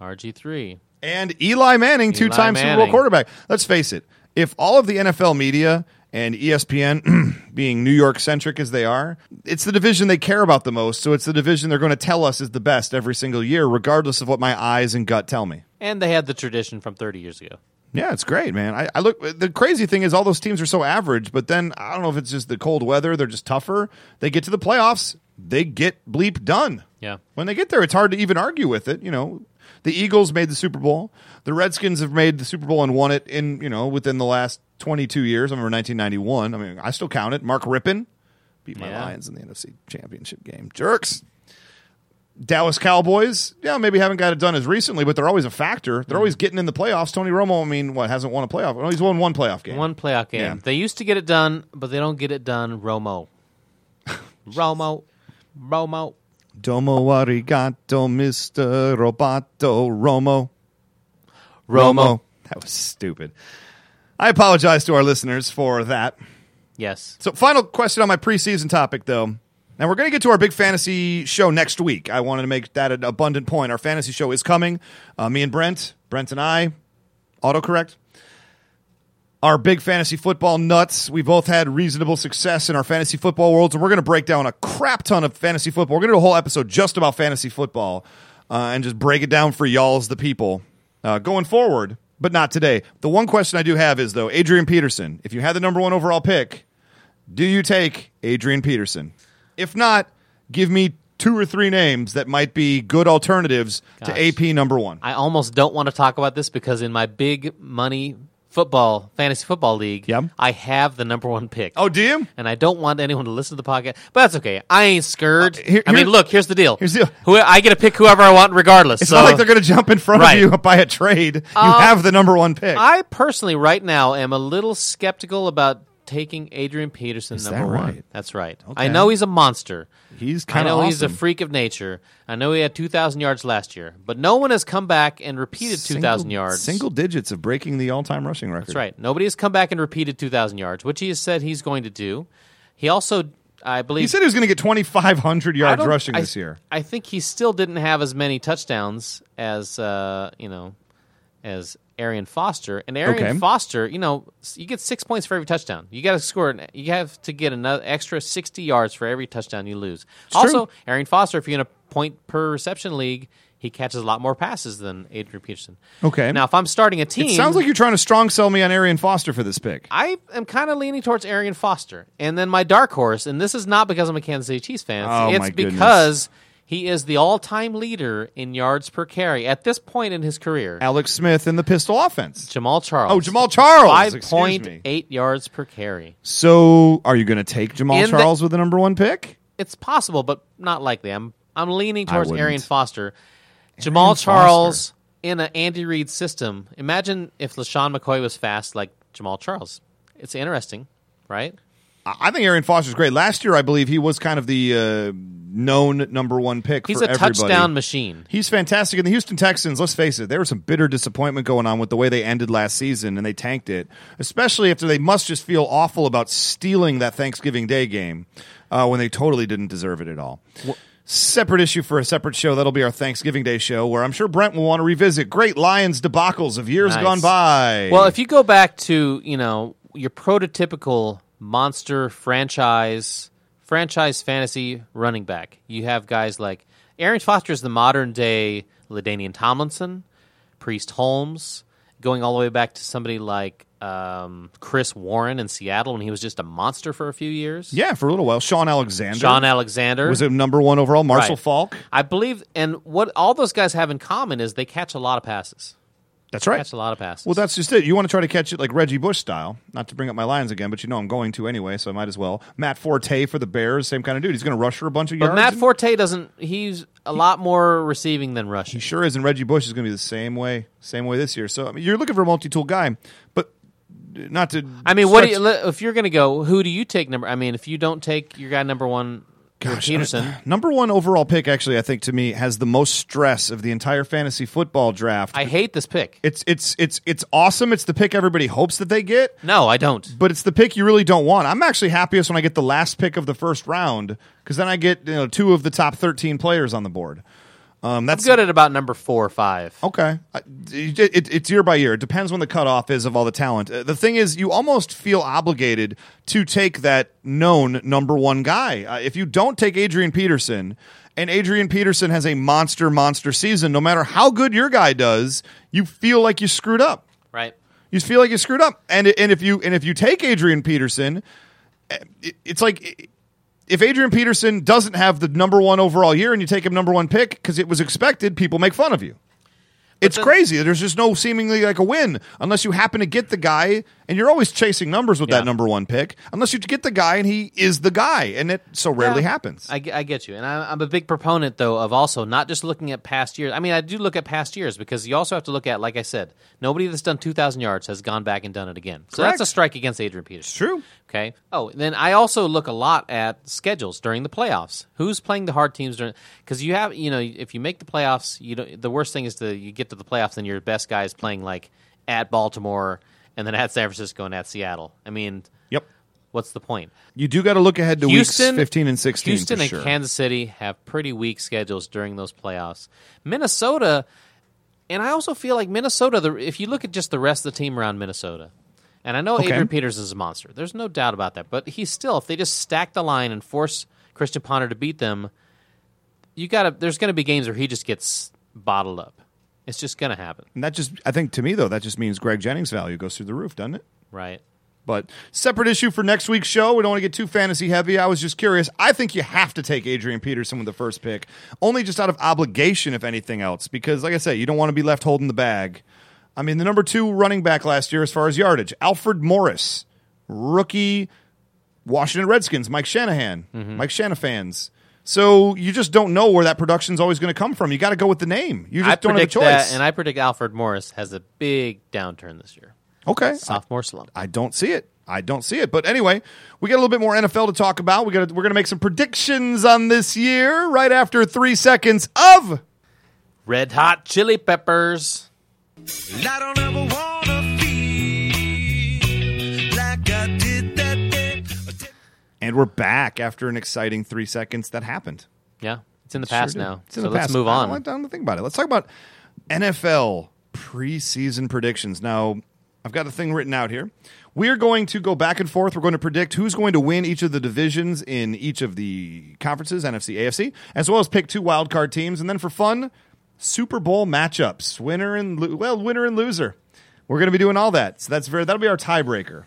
RG three.
And Eli Manning, two time Super Bowl
Manning.
quarterback. Let's face it, if all of the NFL media and E ESPN being New York centric as they are, it's the division they care about the most. So it's the division they're going to tell us is the best every single year, regardless of what my eyes and gut tell me.
And they had the tradition from 30 years ago.
Yeah, it's great, man. I, I look. The crazy thing is, all those teams are so average. But then I don't know if it's just the cold weather; they're just tougher. They get to the playoffs, they get bleep done.
Yeah.
When they get there, it's hard to even argue with it. You know, the Eagles made the Super Bowl. The Redskins have made the Super Bowl and won it in you know within the last twenty two years. I remember nineteen ninety one. I mean, I still count it. Mark Rippon beat my
Yeah.
Lions in the NFC Championship game. Jerks. Dallas Cowboys, yeah, maybe haven't got it done as recently, but they're always a factor.
Mm.
They're always getting in the playoffs. Tony Romo, I mean, what hasn't won a playoff? No, he's won one playoff game.
One playoff game.
Yeah.
They used to get it done, but they don't get it done. Romo. Romo. Romo.
Domo arigato, Mister Roboto Romo.
Romo.
That was stupid. I apologize to our listeners for that.
Yes.
So, final question on my preseason topic, though. Now, we're going to get to our big fantasy show next week. I wanted to make that an abundant point. Our fantasy show is coming. Uh, me and Brent, Brent and I, autocorrect. Our big fantasy football nuts. We both had reasonable success in our fantasy football worlds, and we're going to break down a crap ton of fantasy football. We're going to do a whole episode just about fantasy football uh, and just break it down for y'all's the people uh, going forward, but not today. The one question I do have is though, Adrian Peterson, if you had the number one overall pick, do you take Adrian Peterson? If not, give me two or three names that might be good alternatives
Gosh.
to AP number one.
I almost don't want to talk about this because in my big money football, fantasy football league,
Yep.
I have the number one pick.
oh, do you?
and I don't want anyone to listen to the podcast. But that's okay. I ain't scared.
Uh, here-
I mean,
here-
look, here's the deal.
here's the deal.
Who, I get to pick whoever I want, regardless.
It's
so
not like they're going to jump in front
Right.
of you by a trade. You have the number one pick.
I personally, right now, am a little skeptical about taking Adrian Peterson
Is
number
that
one.
right?
That's right. I
Okay.
know he's a monster.
He's
I
kind of
know
awesome.
he's a freak of nature. I know he had 2,000 yards last year, but no one has come back and repeated
Single-
2,000 yards.
Single digits of breaking the all-time rushing record.
That's right. Nobody has come back and repeated 2,000 yards, which he has said he's going to do. He also, I believe,
He said he was going to get 2,500
I
yards
don't-
rushing
I-
this year.
I think he still didn't have as many touchdowns as uh, you know as Arian Foster. And Arian
Okay.
Foster, you know, s- you get six points for every touchdown. You got to score. an- You have to get another extra sixty yards for every touchdown you lose. also,
true.
Arian Foster, if you're in a point per reception league, he catches a lot more passes than Adrian Peterson.
Okay.
Now, if I'm starting a team,
It sounds like you're trying to strong sell me on Arian Foster for this pick.
I am kind of leaning towards Arian Foster. And then my dark horse, and this is not because I'm a Kansas City Chiefs fan,
Oh,
it's
my goodness.
because he is the all time leader in yards per carry at this point in his career.
Alex Smith in the pistol offense.
Jamal Charles.
Oh, Jamal Charles. excuse me.
5.8 yards per carry.
So, are you going to take Jamal
In the-
Charles with the number one pick?
It's possible, but not likely. I'm I'm leaning
I
towards
wouldn't.
Arian Foster. Jamal
Foster.
Charles in an Andy Reid system. Imagine if LaShawn McCoy was fast like Jamal Charles. It's interesting, right?
I I think Arian Foster's great. Last year, I believe he was kind of the uh, known number one pick.
He's
for
a
everybody.
touchdown machine.
He's fantastic. And the Houston Texans, let's face it, there was some bitter disappointment going on with the way they ended last season and they tanked it, especially after they must just feel awful about stealing that Thanksgiving Day game uh, when they totally didn't deserve it at all. Separate issue for a separate show. That'll be our Thanksgiving Day show where I'm sure Brent will want to revisit great Lions debacles of years
Nice.
gone by.
Well, if you go back to you know your prototypical monster franchise franchise fantasy running back, you have guys like Aaron Foster is the modern day Ladainian Tomlinson, Priest Holmes, going all the way back to somebody like um, Chris Warren in Seattle when he was just a monster for a few years.
yeah, for a little while. Sean Alexander
John Alexander
was a number one overall. Marshall
Right.
Falk.
I believe, and what all those guys have in common is they catch a lot of passes.
That's right.
Catch a lot of passes.
Well, that's just it. You want to try to catch it like Reggie Bush style. Not to bring up my lines again, but you know I'm going to anyway, so I might as well. Matt Forte for the Bears, same kind of dude. He's going to rush for a bunch of
But
yards.
Matt
and-
Forte doesn't. He's a lot more receiving than rushing.
he sure is, and Reggie Bush is going to be the same way, same way this year. So I mean, you're looking for a multi-tool guy, but not to.
I mean, what do
stretch-
you, li- if you're going to go? Who do you take number? I mean, if you don't take your guy number one,
Gosh,
Peterson,
uh, number one overall pick, actually, I think to me has the most stress of the entire fantasy football draft.
I hate this pick.
it's it's it's it's awesome. It's the pick everybody hopes that they get.
No, I don't.
but it's the pick you really don't want. I'm actually happiest when I get the last pick of the first round because then I get you know two of the top 13 players on the board. Um,
I'm
that's
good at about number four or five.
Okay, I- it, it- it's year by year. It depends when the cutoff is of all the talent. Uh, the thing is, you almost feel obligated to take that known number one guy. Uh, if you don't take Adrian Peterson, and Adrian Peterson has a monster, monster season, no matter how good your guy does, you feel like you screwed up.
Right.
You feel like you screwed up, and and if you and if you take Adrian Peterson, eh, it, it's like if Adrian Peterson doesn't have the number one overall year, and you take him number one pick because it was expected, people make fun of you. It's
then-
crazy. There's just no seemingly like a win unless you happen to get the guy, and you're always chasing numbers with
Yeah.
that number one pick. Unless you get the guy and he is the guy, and it so rarely
Yeah.
happens.
I, ge- I get you, and I, I'm a big proponent though of also not just looking at past years. I mean, I do look at past years because you also have to look at, like I said, nobody that's done 2,000 yards has gone back and done it again. So
Correct.
that's a strike against Adrian Peterson.
True.
Okay. Oh, and then I also look a lot at schedules during the playoffs. Who's playing the hard teams during? Because you have, you know, if you make the playoffs, you don't, the worst thing is to you get to the playoffs and your best guy is playing like at Baltimore and then at San Francisco and at Seattle. I mean,
Yep.
what's the point?
You do got to look ahead to weeks
Houston,
15 and 16.
Houston
for
and
sure.
Kansas City have pretty weak schedules during those playoffs. Minnesota, and I also feel like Minnesota. The, if you look at just the rest of the team around Minnesota, and I know
Okay.
Adrian Peterson's a monster. There's no doubt about that. But he's still, if they just stack the line and force Christian Ponder to beat them, you got to. There's going to be games where he just gets bottled up. It's just going to happen,
And that just, I think to me though, that just means Greg Jennings' value goes through the roof, doesn't it?
right?
But separate issue for next week's show. We don't want to get too fantasy heavy. I was just curious. I think you have to take Adrian Peterson with the first pick, only just out of obligation, if anything else, because like I say, you don't want to be left holding the bag. I mean, the number two running back last year as far as yardage, Alfred Morris, rookie Washington Redskins, Mike Shanahan,
Mm-hmm.
Mike Shanahan's. So you just don't know where that production's always going to come from. You got to go with the name. You just
I
don't have a
predict
choice.
that, and I predict Alfred Morris has a big downturn this year.
okay,
Sophomore slump.
I don't see it. I don't see it. But anyway, we got a little bit more NFL to talk about. We got to, we're going to make some predictions on this year right after three seconds of
Red Hot Chili Peppers.
I don't ever wanna feel like I did that day.
and we're back after an exciting three seconds that happened.
Yeah, it's in the past
Sure did.
now.
It's in
so
the
let's
past.
move
I
on.
don't like- I don't think about it. Let's talk about NFL preseason predictions. Now, I've got the thing written out here. We are going to go back and forth. We're going to predict who's going to win each of the divisions in each of the conferences, NFC, AFC, as well as pick two wild card teams, and then for fun, Super Bowl matchups, winner and lo- well, winner and loser. We're going to be doing all that. So that's very that'll be our tiebreaker,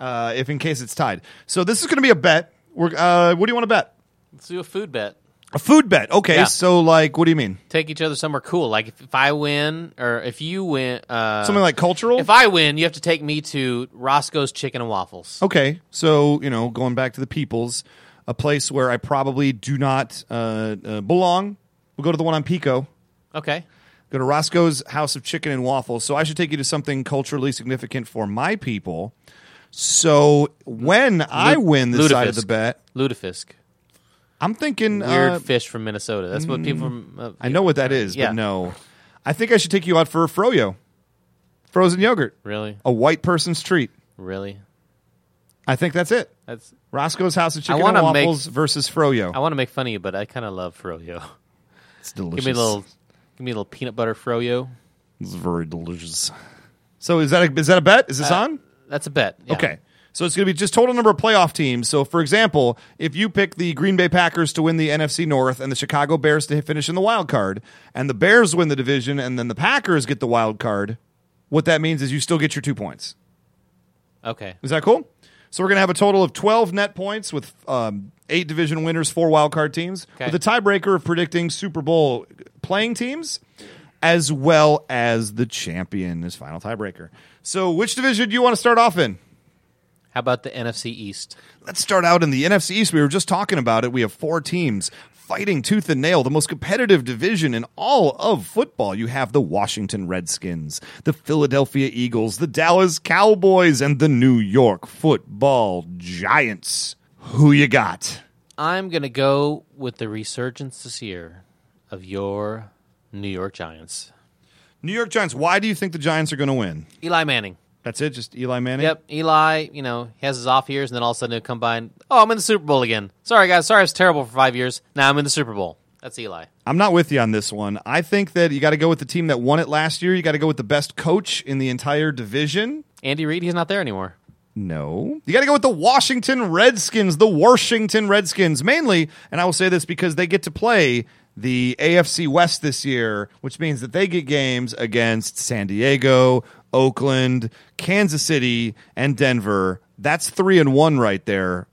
uh, if in case it's tied. So this is going to be a bet. We're, uh, what do you want to bet?
Let's do a food bet.
A food bet. Okay,
Yeah.
so like, what do you mean?
Take each other somewhere cool. Like if, if I win, or if you win, uh,
Something like cultural.
If I win, you have to take me to Roscoe's Chicken and Waffles.
okay, so you know, going back to the peoples, a place where I probably do not uh, uh, belong. We'll go to the one on Pico.
Okay.
Go to Roscoe's House of Chicken and Waffles. So I should take you to something culturally significant for my people. So when I win this side of the
Ludafisk.
bet,
Ludafisk.
I'm thinking
Weird
uh, mm.
fish from Minnesota. That's what people from. Uh,
I know what that is,
Yeah.
but no, I think I should take you out for a froyo, frozen yogurt,
Really?
a white person's treat.
Really?
I think that's it.
That's.
Roscoe's House of
I
Chicken and
wanna make-
Waffles versus Froyo.
I want to make fun of you, but I kind of love froyo.
it's delicious.
Give me a little, give me a little peanut butter froyo.
It's very delicious. So is that a, is that a bet? Is this on?
That's a bet. Uh, Yeah.
Okay. So it's going to be just total number of playoff teams. So for example, if you pick the Green Bay Packers to win the NFC North and the Chicago Bears to finish in the wild card, and the Bears win the division and then the Packers get the wild card, what that means is you still get your two points.
Okay.
Is that cool? So we're going to have a total of 12 net points with um, eight division winners, four wildcard teams,
Okay.
with a tiebreaker of predicting Super Bowl playing teams as well as the champion as final tiebreaker. So which division do you want to start off in?
How about the NFC East?
Let's start out in the NFC East. We were just talking about it. We have four teams fighting tooth and nail, the most competitive division in all of football. You have the Washington Redskins, the Philadelphia Eagles, the Dallas Cowboys, and the New York Football Giants. Who you got?
I'm gonna go with the resurgence this year of your New York Giants.
New York Giants. Why do you think the Giants are going to win?
Eli Manning.
That's it, just Eli Manning.
Yep, Eli. You know he has his off years, and then all of a sudden he'll come by and oh, I'm in the Super Bowl again. Sorry guys, sorry I was terrible for five years. Now I'm in the Super Bowl. That's Eli.
I'm not with you on this one. I think that you got to go with the team that won it last year. You got to go with the best coach in the entire division.
Andy Reid, he's not there anymore.
No. You got to go with the Washington Redskins, the Washington Redskins mainly, and I will say this because they get to play the AFC West this year, which means that they get games against San Diego, Oakland, Kansas City, and Denver. That's 3 and 1 right there.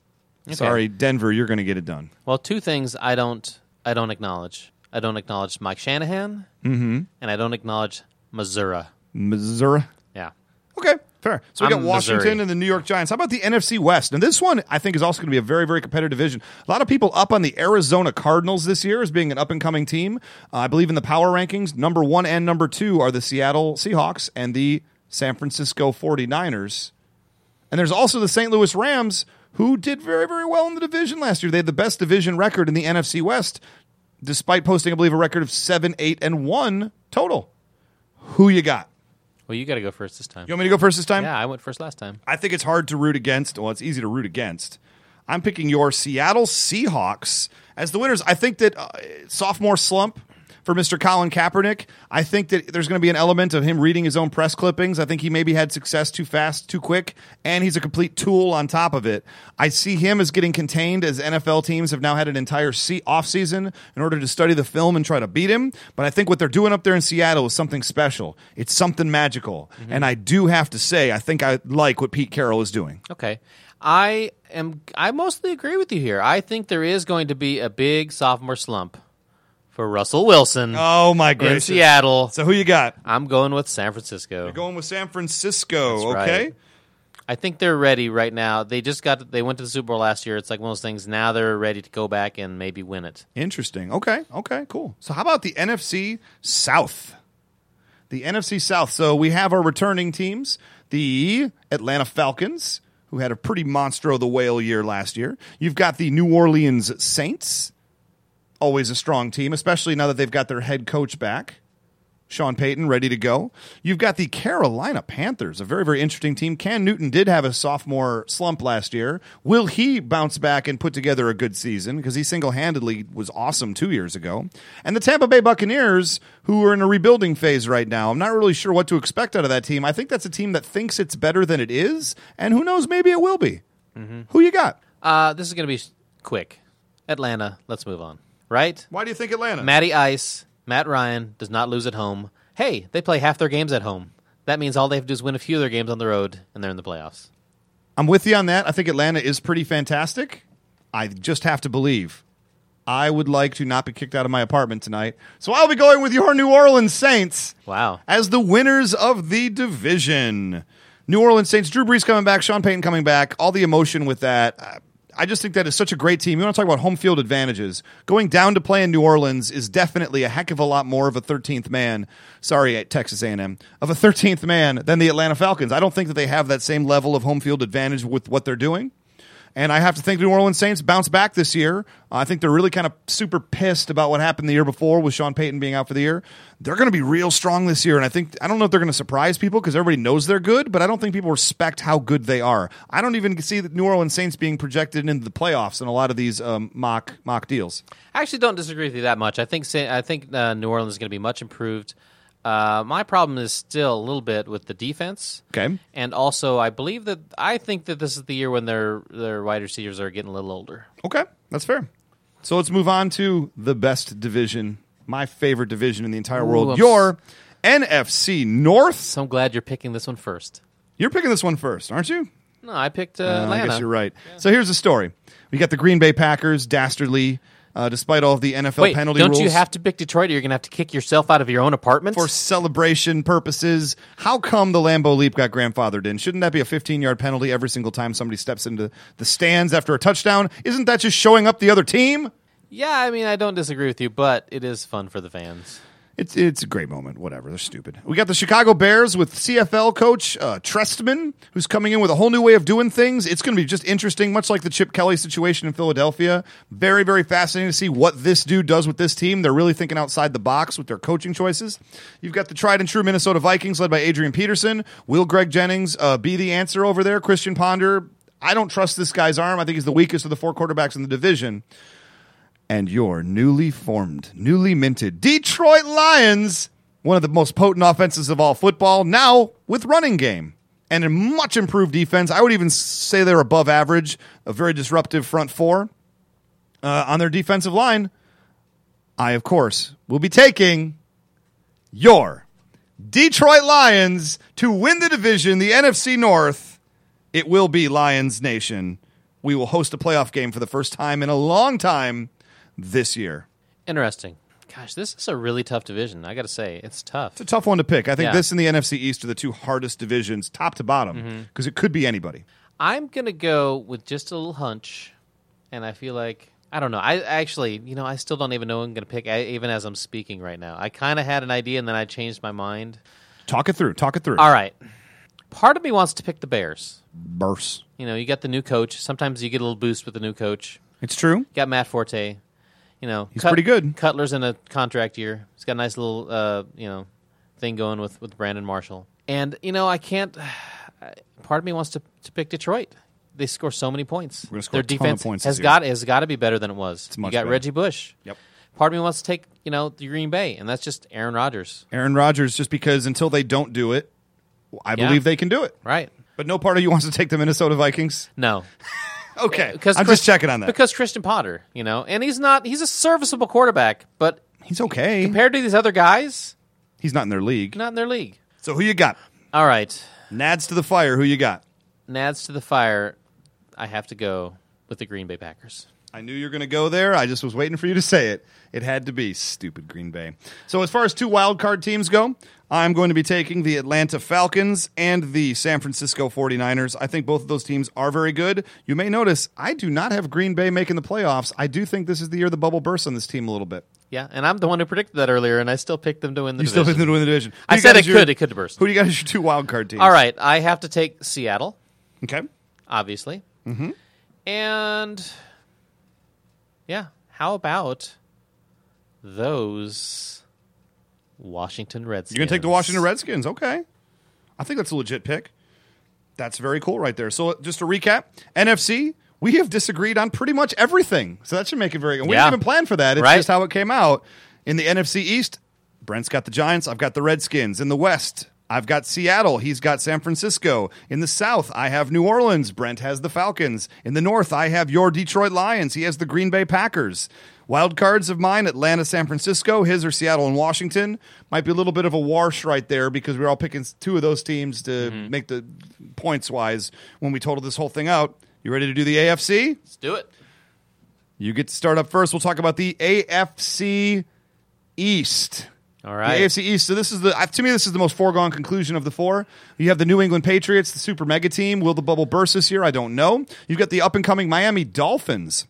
Sorry, Denver, you're going to get it done.
Well, two things I don't I don't acknowledge. I don't acknowledge Mike Shanahan, mm-hmm. and I don't acknowledge Missouri.
Missouri.
Yeah,
Okay, fair. So we
I'm
got Washington
Missouri.
and the New York Giants. How about the NFC West? And this one, I think, is also going to be a very, very competitive division. A lot of people up on the Arizona Cardinals this year as being an up and coming team. Uh, I believe in the power rankings, number one and number two are the Seattle Seahawks and the San Francisco 49ers. And there's also the St. Louis Rams, who did very, very well in the division last year. They had the best division record in the NFC West, despite posting, I believe, a record of 7, 8, and 1 total. Who you got?
Well, you got to go first this time.
You want me to go first this time?
Yeah, I went first last time.
I think it's hard to root against. Well, it's easy to root against. I'm picking your Seattle Seahawks as the winners. I think that uh, sophomore slump for Mr. Colin Kaepernick. I think that there's going to be an element of him reading his own press clippings. I think he maybe had success too fast, too quick, and he's a complete tool on top of it. I see him as getting contained as NFL teams have now had an entire se- offseason in order to study the film and try to beat him. But I think what they're doing up there in Seattle is something special. It's something magical.
Mm-hmm.
And I do have to say, I think I like what Pete Carroll is doing.
Okay. I am I mostly agree with you here. I think there is going to be a big sophomore slump for Russell Wilson
Oh, my
in
gracious.
Seattle.
So who you got?
I'm going with San Francisco.
Going with San Francisco,
That's
okay?
right. I think they're ready right now. They just got they went to the Super Bowl last year. It's like one of those things now they're ready to go back and maybe win it.
Interesting. Okay. Okay. Cool. So, how about the NFC South? The NFC South. So, we have our returning teams the Atlanta Falcons, who had a pretty monstro the whale year last year. You've got the New Orleans Saints, always a strong team, especially now that they've got their head coach back. Sean Payton ready to go. You've got the Carolina Panthers, a very, very interesting team. Cam Newton did have a sophomore slump last year. Will he bounce back and put together a good season? Because he single handedly was awesome two years ago. And the Tampa Bay Buccaneers, who are in a rebuilding phase right now. I'm not really sure what to expect out of that team. I think that's a team that thinks it's better than it is. And who knows, maybe it will be. Who you got?
Uh, this is going to be s- quick. Atlanta, let's move on. Right?
Why do you think Atlanta?
Matty Ice, Matt Ryan does not lose at home. Hey, they play half their games at home. That means all they have to do is win a few of their games on the road, and they're in the playoffs.
I'm with you on that. I think Atlanta is pretty fantastic. I just have to believe. I would like to not be kicked out of my apartment tonight. So I'll be going with your New Orleans Saints
Wow.
as the winners of the division. New Orleans Saints, Drew Brees coming back, Sean Payton coming back, all the emotion with that. I- I just think that is such a great team. You want to talk about home field advantages. Going down to play in New Orleans is definitely a heck of a lot more of a 13th man, sorry, at Texas A&M, of a 13th man than the Atlanta Falcons. I don't think that they have that same level of home field advantage with what they're doing. And I have to think the New Orleans Saints bounce back this year. Uh, I think they're really kind of super pissed about what happened the year before with Sean Payton being out for the year. They're going to be real strong this year. And I think, I don't know if they're going to surprise people because everybody knows they're good, but I don't think people respect how good they are. I don't even see the New Orleans Saints being projected into the playoffs in a lot of these um, mock mock deals.
I actually don't disagree with you that much. I think Sa- I think uh, New Orleans is going to be much improved. Uh, my problem is still a little bit with the defense.
Okay.
And also, I believe that I think that this is the year when their their wide receivers are getting a little older.
Okay, that's fair. So let's move on to the best division, my favorite division in the entire world,
I'm s-
your NFC North.
So I'm glad you're picking this one first.
You're picking this one first, aren't you?
No, I picked uh,
Uh,
Atlanta.
I guess you're right. So here's the story: we got the Green Bay Packers, dastardly, uh, despite all of the NFL
Wait,
penalty
don't
rules
you have to pick Detroit, or you're going to have to kick yourself out of your own apartment?
for celebration purposes. How come the Lambeau Leap got grandfathered in? Shouldn't that be a 15 yard penalty every single time somebody steps into the stands after a touchdown? Isn't that just showing up the other team?
Yeah, I mean, I don't disagree with you, but it is fun for the fans.
It's it's a great moment. Whatever, they're stupid. We got the Chicago Bears with CFL coach uh, Trestman, who's coming in with a whole new way of doing things. It's going to be just interesting, much like the Chip Kelly situation in Philadelphia. Very very fascinating to see what this dude does with this team. They're really thinking outside the box with their coaching choices. You've got the tried and true Minnesota Vikings, led by Adrian Peterson. Will Greg Jennings uh, be the answer over there? Christian Ponder. I don't trust this guy's arm. I think he's the weakest of the four quarterbacks in the division and your newly formed, newly minted Detroit Lions, one of the most potent offenses of all football, now with running game and a much improved defense. I would even say they're above average, a very disruptive front four uh, on their defensive line. I, of course, will be taking your Detroit Lions to win the division, the NFC North. It will be Lions Nation. We will host a playoff game for the first time in a long time this year.
Interesting. Gosh, this is a really tough division. I got to say, it's tough.
It's a tough one to pick. I think
Yeah.
this and the NFC East are the two hardest divisions, top to
Mm-hmm.
bottom, because it could be anybody.
I'm gonna go with just a little hunch, and I feel like I don't know. I actually, you know, I still don't even know who I'm gonna pick. I, even as I'm speaking right now, I kind of had an idea, and then I changed my mind.
Talk it through. Talk it through.
All right, part of me wants to pick the Bears.
Burse.
You know, you got the new coach. Sometimes you get a little boost with the new coach.
It's true.
You got Matt Forte. You know, he's
pretty good.
Cutler's in a contract year. He's got a nice little, uh, you know, thing going with with Brandon Marshall. And you know, I can't. Part of me wants to, to pick Detroit. They score so many points.
gonna score
Their
a ton of
defense
points this
has
year.
got has got to be better than it was.
much
you got
better.
Reggie Bush.
Yep.
Part of me wants to take you know the Green Bay, and that's just Aaron Rodgers,
Aaron Rodgers, just because until they don't do it, I
Yeah.
believe they can do it.
right?
But no part of you wants to take the Minnesota Vikings.
No,
Okay.
because
I'm
Chris-
just checking on that.
because Christian Potter, you know, and he's not he's a serviceable quarterback, but
He's okay.
compared to these other guys,
He's not in their league.
not in their league.
So who you got?
All right,
Nads to the fire. Who you got?
Nads to the fire, I have to go with the Green Bay Packers.
I knew you were going to go there. I just was waiting for you to say it. It had to be stupid Green Bay. So as far as two wild card teams go, I'm going to be taking the Atlanta Falcons and the San Francisco 49ers. I think both of those teams are very good. You may notice I do not have Green Bay making the playoffs. I do think this is the year the bubble bursts on this team a little bit.
Yeah, and I'm the one who predicted that earlier, and I still picked them to win the
You
division.
still think they'll win the division? Who
I
you
said
got
it
as your-
could. It could burst.
Who do you got as your two wild card teams?
All right, I have to take Seattle.
Okay.
obviously. Mm-hmm. And yeah, how about those Washington Redskins?
You're gonna take the Washington Redskins, okay? I think that's a legit pick. That's very cool, right there. So just to recap, NFC, we have disagreed on pretty much everything. So that should make it very. And we
Yeah.
didn't even plan for that. It's
Right.
just how it came out in the NFC East. Brent's got the Giants. I've got the Redskins. In the West, I've got Seattle. He's got San Francisco. In the South, I have New Orleans. Brent has the Falcons. In the North, I have your Detroit Lions. He has the Green Bay Packers. Wild cards of mine Atlanta, San Francisco. His are Seattle and Washington. Might be a little bit of a wash right there because we're all picking two of those teams to make the points wise when we total this whole thing out. You ready to do the AFC?
Let's do it.
You get to start up first. We'll talk about the AFC East.
All
The
right.
AFC East. So this is the I- to me this is the most foregone conclusion of the four. You have the New England Patriots, the super mega team. Will the bubble burst this year? I don't know. You've got the up and coming Miami Dolphins.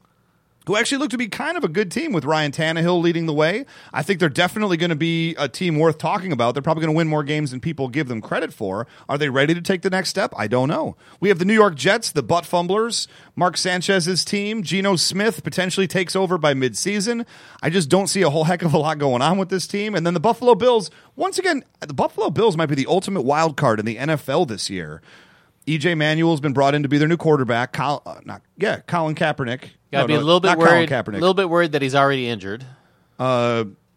Who actually look to be kind of a good team with Ryan Tannehill leading the way. I think they're definitely going to be a team worth talking about. They're probably going to win more games than people give them credit for. Are they ready to take the next step? I don't know. We have the New York Jets, the butt fumblers, Mark Sanchez's team, Geno Smith potentially takes over by midseason. I just don't see a whole heck of a lot going on with this team. And then the Buffalo Bills, once again, the Buffalo Bills might be the ultimate wild card in the NFL this year. EJ Manuel's been brought in to be their new quarterback. Col- uh, not, yeah, Colin Kaepernick.
Got to
No,
be
no,
a little bit
not
worried. A
Colin Kaepernick.
little bit worried that he's already injured.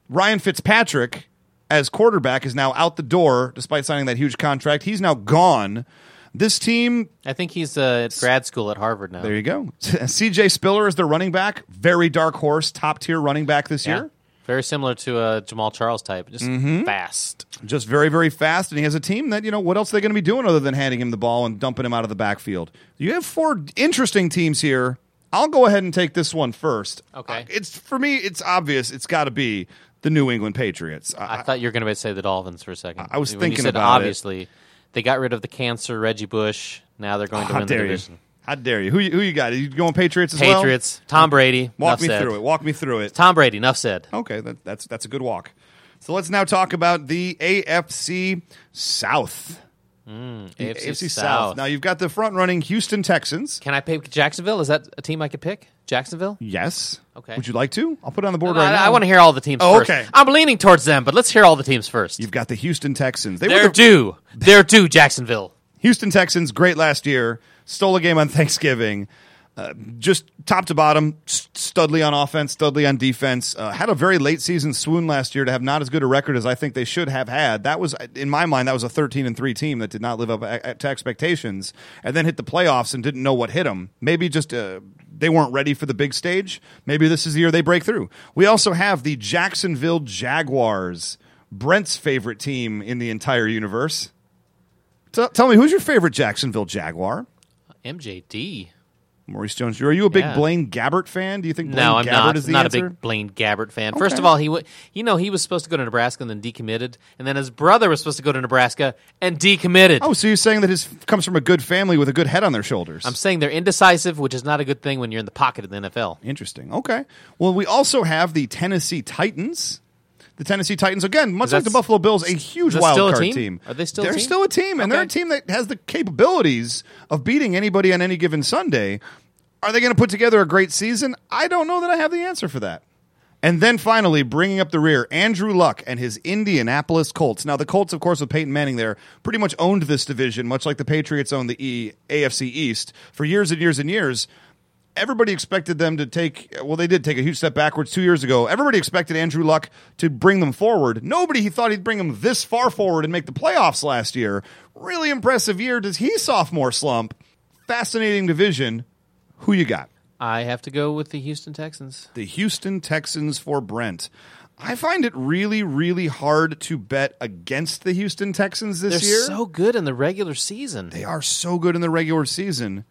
Ryan Fitzpatrick as quarterback is now out the door despite signing that huge contract. He's now gone. This team,
I think he's uh, at grad school at Harvard now.
there you go. CJ Spiller is their running back, very dark horse, top tier running back this
Yeah.
year.
Very similar to a Jamal Charles type, just
Mm-hmm.
fast.
Just very, very fast, and he has a team that you know what else are they going to be doing other than handing him the ball and dumping him out of the backfield. You have four interesting teams here. I'll go ahead and take this one first.
Okay.
Uh, it's for me. It's obvious. It's got to be the New England Patriots. Uh, I,
I,
I-
thought you were going to say the Dolphins for a second.
I was
When
thinking
you said
about it.
obviously they got rid of the cancer Reggie Bush. Now they're going to
how
win the
dare you?
division.
How dare you? Who you, who you got? Are you going Patriots as well?
Patriots, Tom Brady.
Walk
enough
me
said.
through it. Walk me through it.
Tom Brady. Enough said.
Okay, that, that's that's a good walk. So let's now talk about the AFC South. The
AFC, South.
Now you've got the front running Houston Texans.
Can I pick Jacksonville? Is that a team I could pick? Jacksonville.
Yes.
Okay.
Would you like to? I'll put it on the board right now.
I, I want to hear all the teams
Oh,
first.
okay.
I'm leaning towards them, but let's hear all the teams 1st
You've got the Houston Texans. They
they're
were the
due. They're due. Jacksonville.
Houston Texans, great last year, stole a game on Thanksgiving. Uh, just top to bottom, s- studly on offense, studly on defense. Uh, had a very late season swoon last year to have not as good a record as I think they should have had. That was, in my mind, that was a 13 and 3 team that did not live up a- to expectations and then hit the playoffs and didn't know what hit them. Maybe just uh, they weren't ready for the big stage. Maybe this is the year they break through. We also have the Jacksonville Jaguars, Brent's favorite team in the entire universe. T- tell me, who's your favorite Jacksonville Jaguar?
MJD.
Maurice Jones. Are you a big
Yeah.
Blaine Gabbert fan? Do you think Blaine
No, I'm
Gabbert
not.
is the
not
answer?
a big Blaine Gabbert fan. First
Okay.
of all, he w- you know he was supposed to go to Nebraska and then decommitted, and then his brother was supposed to go to Nebraska and decommitted.
Oh, so you're saying that his comes from a good family with a good head on their shoulders?
I'm saying they're indecisive, which is not a good thing when you're in the pocket of the NFL.
Interesting. Okay. Well, we also have the Tennessee Titans. The Tennessee Titans, again, much like the
that's-
Buffalo Bills, a huge
is that
wild
still a
card
team? Are they still a
They're
team?
still a team, and they're a
Okay.
team that has the capabilities of beating anybody on any given Sunday. Are they going to put together a great season? I don't know that I have the answer for that. And then finally, bringing up the rear, Andrew Luck and his Indianapolis Colts. Now, the Colts, of course, with Peyton Manning there, pretty much owned this division, much like the Patriots owned the e- AFC East for years and years and years. Everybody expected them to take, well, they did take a huge step backwards two years ago. Everybody expected Andrew Luck to bring them forward. Nobody thought he'd bring them this far forward and make the playoffs last year. Really impressive year. Does he sophomore slump? Fascinating division. Who you got?
I have to go with the Houston Texans.
the Houston Texans for Brent. I find it really, really hard to bet against the Houston Texans
They're
this year.
so good in the regular season.
they are so good in the regular season,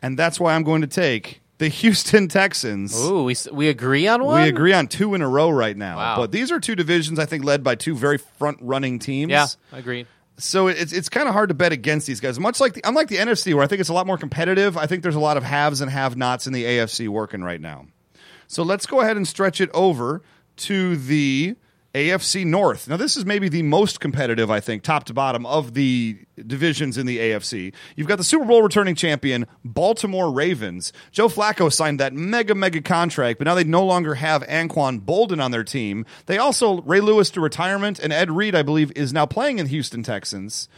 and that's why I'm going to take the Houston Texans.
Ooh, we s- we agree on one.
We agree on two in a row right now.
Wow.
But these are two divisions I think led by two very front running teams.
Yeah, agreed.
So it's it's kind of hard to bet against these guys. Much like the, unlike the NFC, where I think it's a lot more competitive. I think there's a lot of haves and have-nots in the AFC working right now. So let's go ahead and stretch it over to the AFC North. Now, this is maybe the most competitive, I think, top to bottom of the divisions in the AFC. You've got the Super Bowl returning champion, Baltimore Ravens. Joe Flacco signed that mega, mega contract, but now they no longer have Anquan Bolden on their team. They also, Ray Lewis to retirement, and Ed Reed, I believe, is now playing in Houston, Texans.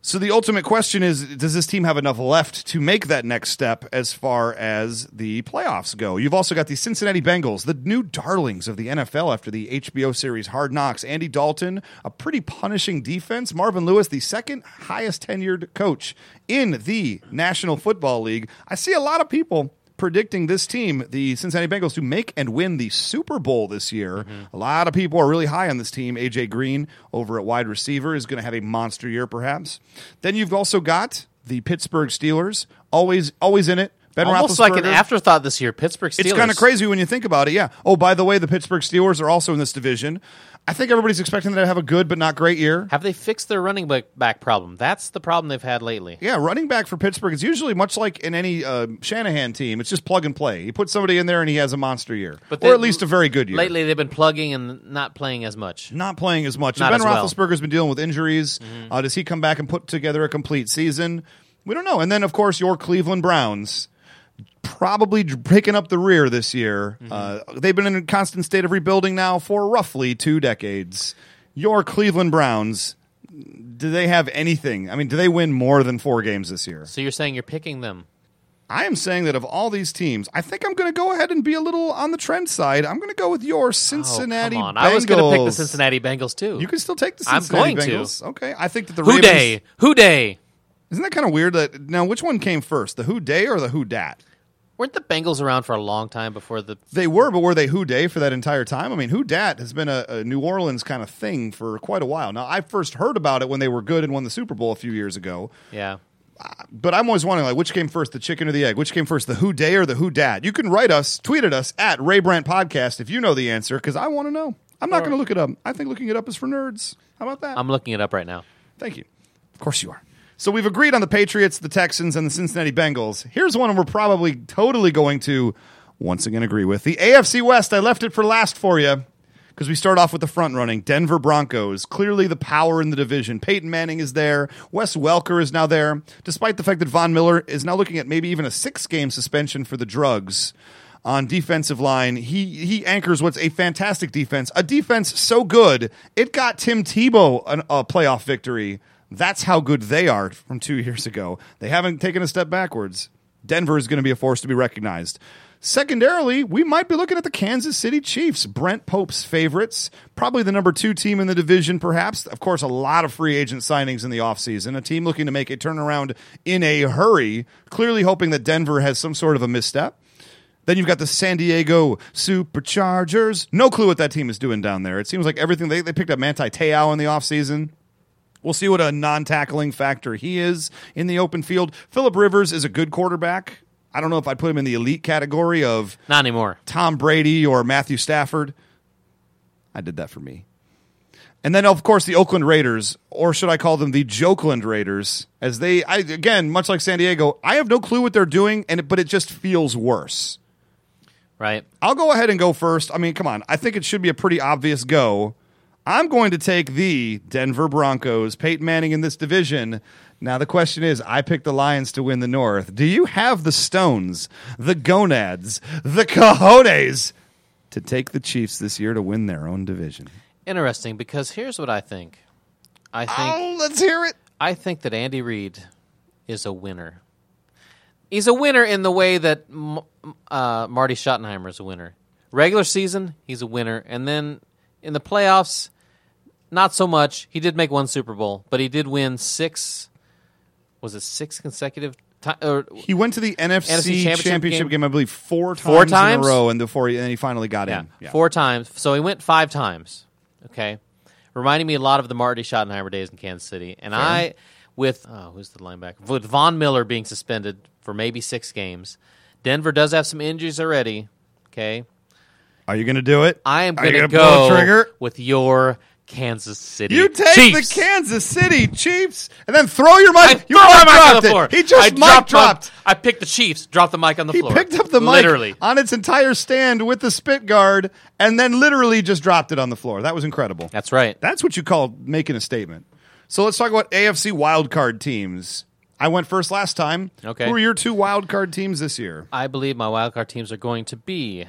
So the ultimate question is: Does this team have enough left to make that next step as far as the playoffs go? You've also got the Cincinnati Bengals, the new darlings of the NFL after the HBO series Hard Knocks. Andy Dalton, a pretty punishing defense. Marvin Lewis, the second highest tenured coach in the National Football League. I see a lot of people predicting this team, the Cincinnati Bengals, to make and win the Super Bowl this year. A lot of people are really high on this team. AJ Green over at wide receiver is going to have a monster year, perhaps. Then you've also got the Pittsburgh Steelers, always always in it. Ben
Almost like an
Roethlisberger.
afterthought this year. Pittsburgh Steelers.
It's kind of crazy when you think about it. Yeah. Oh, by the way, the Pittsburgh Steelers are also in this division. I think everybody's expecting them to have a good but not great year.
Have they fixed their running back- back problem? That's the problem they've had lately.
Yeah, running back for Pittsburgh is usually much like in any uh, Shanahan team. It's just plug and play. You put somebody in there and he has a monster year,
But
or
they-
at least a very good year.
Lately, they've been plugging and not playing as much.
not playing as much.
Not
ben
as well. Mm-hmm.
Roethlisberger's been dealing with injuries. Uh, does he come back and put together a complete season? We don't know. And then, of course, your Cleveland Browns probably dr- picking up the rear this year.
Mm-hmm.
Uh, they've been in a constant state of rebuilding now for roughly two decades. Your Cleveland Browns, do they have anything? I mean, do they win more than four games this year?
So you're saying you're picking them?
I am saying that of all these teams, I think I'm going to go ahead and be a little on the trend side. I'm going to go with your Cincinnati
Oh, come on.
Bengals.
I was going to pick the Cincinnati Bengals too.
You can still take the
I'm
Cincinnati
going to.
Bengals. Okay, I think that the
who
Ravens.
day? Who day?
Isn't that kind of weird? That now, which one came first, the Who Day or the Who Dat?
Weren't the Bengals around for a long time before the?
They were, but were they Who Day for that entire time? I mean, Who Dat has been a, a New Orleans kind of thing for quite a while. Now, I first heard about it when they were good and won the Super Bowl a few years ago.
Yeah.
But I'm always wondering, like, which came first, the chicken or the egg? Which came first, the Who Day or the Who Dat? You can write us, tweet at us at Ray Brandt Podcast if you know the answer, because I want to know. I'm not going to look it up. I think looking it up is for nerds. How about that?
I'm looking it up right now.
Thank you. Of course you are. So we've agreed on the Patriots, the Texans, and the Cincinnati Bengals. Here's one we're probably totally going to once again agree with. The AFC West, I left it for last for you because we start off with the front running Denver Broncos. Clearly the power in the division. Peyton Manning is there. Wes Welker is now there, despite the fact that Von Miller is now looking at maybe even a six game suspension for the drugs on defensive line. He he anchors what's a fantastic defense, a defense so good it got Tim Tebow an, a playoff victory. That's how good they are from two years ago. They haven't taken a step backwards. Denver is going to be a force to be recognized. Secondarily, we might be looking at the Kansas City Chiefs, Brent Pope's favorites, probably the number two team in the division, perhaps. Of course, a lot of free agent signings in the offseason, a team looking to make a turnaround in a hurry, clearly hoping that Denver has some sort of a misstep. Then you've got the San Diego Superchargers. No clue what that team is doing down there. It seems like everything they, they picked up Manti Te'o in the offseason. We'll see what a non-tackling factor he is in the open field. Philip Rivers is a good quarterback. I don't know if I'd put him in the elite category of
Not anymore.
Tom Brady or Matthew Stafford. I did that for me. And then, of course, the Oakland Raiders, or should I call them the Jokeland Raiders, as they, I, again, much like San Diego, I have no clue what they're doing, and it, but it just feels worse.
Right.
I'll go ahead and go first. I mean, come on. I think it should be a pretty obvious go. I'm going to take the Denver Broncos, Peyton Manning in this division. Now, the question is I picked the Lions to win the North. Do you have the stones, the gonads, the cojones to take the Chiefs this year to win their own division?
Interesting because here's what I think. I think
Oh, let's hear it.
I think that Andy Reid is a winner. He's a winner in the way that M- uh, Marty Schottenheimer is a winner. Regular season, he's a winner, and then in the playoffs, not so much. He did make one Super Bowl, but he did win six. Was it six consecutive? Ti- or
He went to the NFC,
Championship
championship, game,
game,
I believe, four times,
four times?
in a row, and, before he, and then he finally got
yeah,
in. Yeah.
four times. So he went five times. Okay, reminding me a lot of the Marty Schottenheimer days in Kansas City. And I, with oh, who's the linebacker? With Von Miller being suspended for maybe six games, Denver does have some injuries already. Okay,
Are you going to do it?
I am
Are you
going to
gonna pull
go
the trigger?
with your Kansas City.
You take
Chiefs.
the Kansas City Chiefs and then throw your mic.
I
you
threw my
mic
mic on
dropped
the floor.
it. He just
I
mic
dropped. my-
dropped.
I picked the Chiefs. Dropped the mic on the
He
floor.
picked up the mic Oh.
literally.
on its entire stand with the spit guard and then literally just dropped it on the floor. That was incredible.
That's right.
That's what you call making a statement. So let's talk about AFC wildcard teams. I went first last time.
Okay.
Who are your two wildcard teams this year?
I believe my wildcard teams are going to be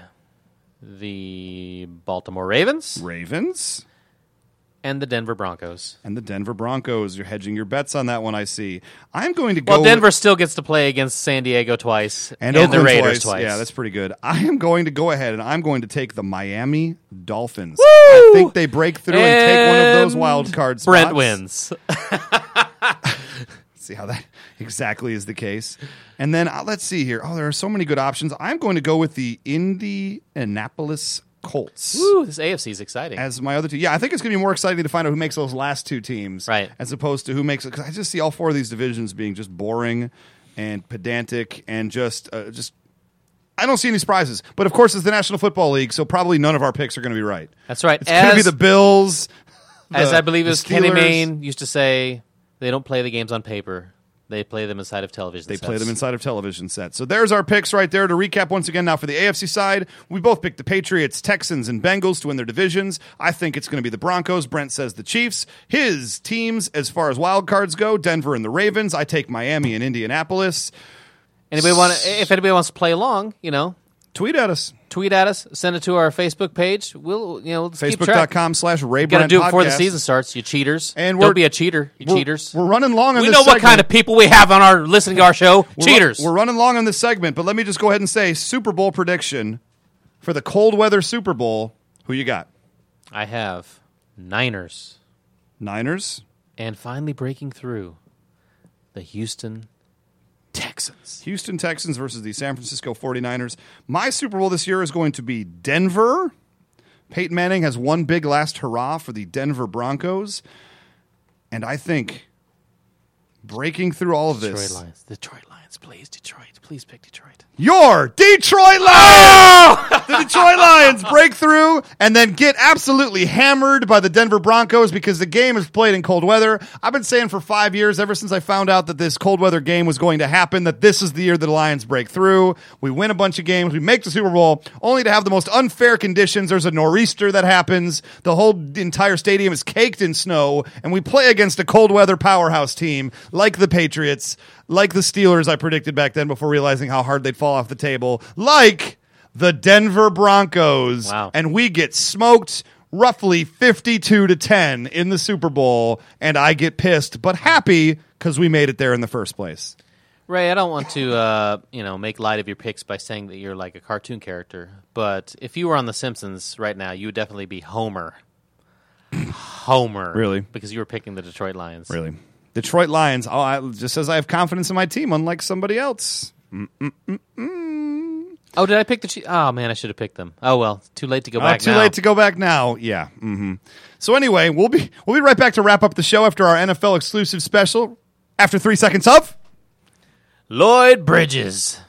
the Baltimore Ravens
Ravens
and the Denver Broncos.
and the Denver Broncos. You're hedging your bets on that one, I see. I'm going to go.
Well,
with-
Denver still gets to play against San Diego twice
and,
the
Oakland
Raiders twice.
Yeah, that's pretty good. I am going to go ahead and I'm going to take the Miami Dolphins. I
Woo!
think they break through and, take one of those
And
wild card spots.
Brent wins.
See how that exactly is the case. And then uh, let's see here. Oh, there are so many good options. I'm going to go with the Indianapolis Colts.
Ooh, this AFC is exciting.
As my other two, yeah, I think it's going to be more exciting to find out who makes those last two teams,
Right.
As opposed to who makes it, because I just see all four of these divisions being just boring and pedantic and just, uh, just I don't see any surprises. But of course, it's the National Football League, so probably none of our picks are going to be right.
That's right.
It's going to be
As-
the Bills,
As
the-
I believe
the
it was Kenny
Steelers.
Mayne used to say, they don't play the games on paper; they play them inside of television.
They play them inside of television sets. So there's our picks right there. To recap once again, now for the AFC side, we both picked the Patriots, Texans, and Bengals to win their divisions. I think it's going to be the Broncos. Brent says the Chiefs. His teams, as far as wild cards go, Denver and the Ravens. I take Miami and Indianapolis.
Anybody want? If anybody wants to play along, you know,
Tweet at us.
tweet at us, send it to our Facebook page. We'll, you know, let's keep track.
Facebook.com slash Ray
Got to
Brent
do it before the
Podcast.
season starts, you cheaters.
And we're-
don't be a cheater, you
We're-
cheaters.
We're running long on
we
this
know what
segment.
kind of people we have on our listening to our show.
We're ru-
cheaters.
we're running long on this segment, but let me just go ahead and say Super Bowl prediction for the cold weather Super Bowl. Who you got?
I have Niners
Niners?
and finally breaking through the Houston Texans.
Houston Texans versus the San Francisco 49ers. My Super Bowl this year is going to be Denver. Peyton Manning has one big last hurrah for the Denver Broncos. And I think breaking through all of
Detroit
this,
Lions. Detroit Lions, please. Detroit, please pick Detroit.
your Detroit Lions, the Detroit Lions break through and then get absolutely hammered by the Denver Broncos because the game is played in cold weather. I've been saying for five years, ever since I found out that this cold weather game was going to happen, that this is the year the Lions break through. We win a bunch of games, we make the Super Bowl, only to have the most unfair conditions. There's a nor'easter that happens. The whole entire stadium is caked in snow, and we play against a cold weather powerhouse team like the Patriots, like the Steelers. I predicted back then before realizing how hard they'd fall off the table, like the Denver Broncos.
Wow.
And we get smoked roughly 52 to 10 in the Super Bowl. And I get pissed, but happy because we made it there in the first place.
Ray, I don't want to, uh, you know, make light of your picks by saying that you're like a cartoon character, but if you were on The Simpsons right now, you would definitely be Homer. Homer,
Really?
Because you were picking the Detroit Lions.
Really? Detroit Lions. Oh, I, just says I have confidence in my team, unlike somebody else.
Oh, did I pick the? Chiefs? Oh man, I should have picked them. Oh well, it's too late to go
Uh,
back.
too
now.
late to go back now. Yeah. hmm So anyway, we'll be we'll be right back to wrap up the show after our NFL exclusive special. After three seconds of.
Lloyd Bridges.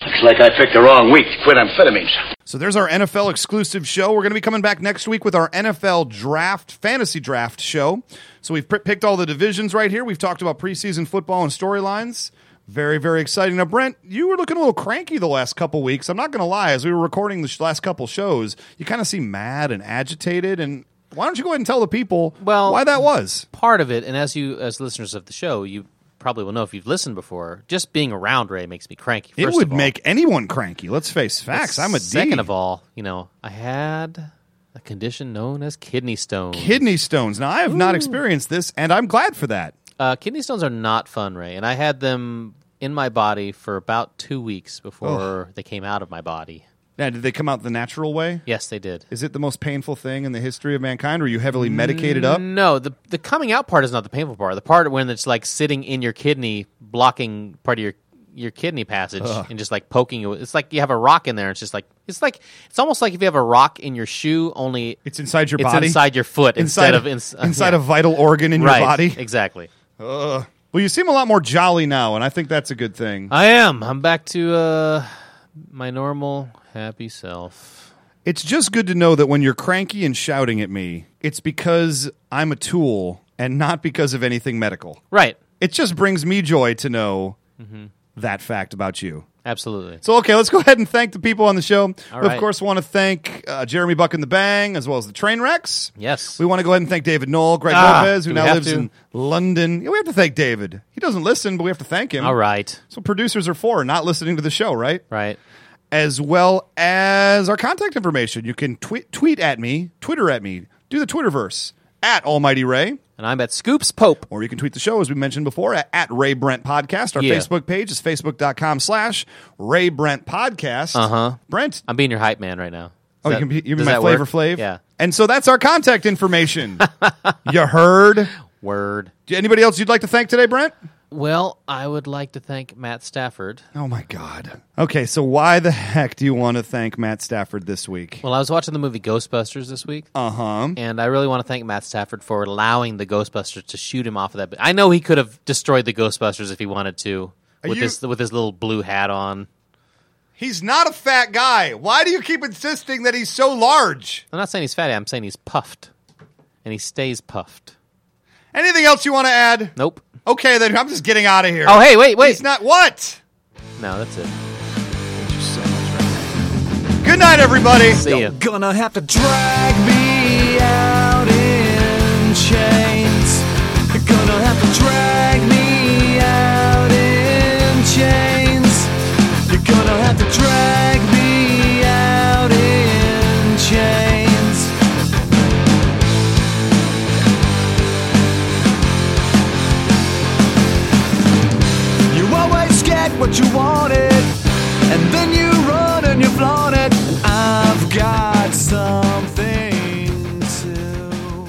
Looks like I picked the wrong week to quit amphetamines.
So there's our NFL exclusive show. We're going to be coming back next week with our NFL draft, fantasy draft show. So we've p- picked all the divisions right here. We've talked about preseason football and storylines. Very, very exciting. Now, Brent, you were looking a little cranky the last couple weeks. I'm not going to lie. As we were recording the sh- last couple shows, you kind of seem mad and agitated. And why don't you go ahead and tell the people
Well-
why that was?
Part of it, and as you, as listeners of the show, you probably will know if you've listened before. Just being around Ray makes me cranky.
It
first
would
of all.
make anyone cranky. Let's face facts. I'm a D.
second of all, you know, I had a condition known as kidney stones.
Kidney stones. Now, I have not experienced this, and I'm glad for that.
Uh, kidney stones are not fun, Ray, and I had them in my body for about two weeks before they came out of my body.
Now, did they come out the natural way?
Yes, they did.
Is it the most painful thing in the history of mankind? Were you heavily medicated up?
No, the the coming out part is not the painful part. The part when it's like sitting in your kidney, blocking part of your your kidney passage, and just like poking you. It's like you have a rock in there. It's just like it's like it's almost like if you have a rock in your shoe, only
It's inside your
it's
body.
inside your foot
Inside
instead
of
of ins- uh,
inside
yeah.
a vital organ in
right,
your body.
Exactly.
Well, you seem a lot more jolly now, and I think that's a good thing.
I am. I'm back to uh, my normal happy self.
It's just good to know that when you're cranky and shouting at me, it's because I'm a tool and not because of anything medical.
Right.
It just brings me joy to know
Mm-hmm.
that fact about you.
Absolutely.
So, okay, let's go ahead and thank the people on the show. we, of
right.
course, want to thank uh, Jeremy Buck and the Bang, as well as the Trainwrecks.
Yes.
We want to go ahead and thank David Knoll, Greg
Ah,
Lopez, who
do we
now
have
lives
to?
in London. Yeah, we have to thank David. He doesn't listen, but we have to thank him.
All right.
So, producers are for not listening to the show, right?
Right.
as well as our contact information. You can tweet tweet at me, Twitter at me, do the Twitterverse at Almighty Ray,
And I'm at Scoops Pope.
or you can tweet the show as we mentioned before at, at Ray Brent Podcast. Our
Yeah.
Facebook page is facebook.com slash Ray Brent Podcast. Uh huh. Brent.
Uh-huh. I'm being your hype man right now.
Oh,
Does
you can be, you can be
does
my
that
flavor
work?
flav.
Yeah.
And so that's our contact information. you heard.
Word.
Do- Anybody else you'd like to thank today, Brent?
Well, I would like to thank Matt Stafford.
Oh my God. Okay, so why the heck do you want to thank Matt Stafford this week?
Well, I was watching the movie Ghostbusters this week. Uh
Uh-huh.
huh. And I really want to thank Matt Stafford for allowing the Ghostbusters to shoot him off of that. bu- I know he could have destroyed the Ghostbusters if he wanted to
Are
with
you-
his with his little blue hat on.
He's not a fat guy. Why do you keep insisting that he's so large?
I'm not saying he's fatty. I'm saying he's puffed, and he stays puffed.
Anything else you want to add?
Nope.
Okay, then I'm just getting out of here.
Oh, hey, wait, wait.
He's not what?
no, that's it.
Good night, everybody.
See ya.
Gonna have to drag me out in chains. Gonna have to drag me out in chains. You're gonna have to drag me out in chains. You always get what you wanted, and then you run and you flaunt it. And I've got something to.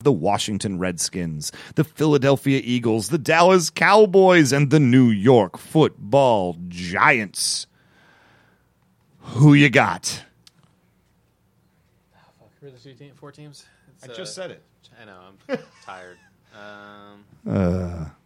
The Washington Redskins, the Philadelphia Eagles, the Dallas Cowboys, and the New York Football Giants. Who you got?
Who are the two team, four teams? It's,
said it.
I know. I'm tired. Um,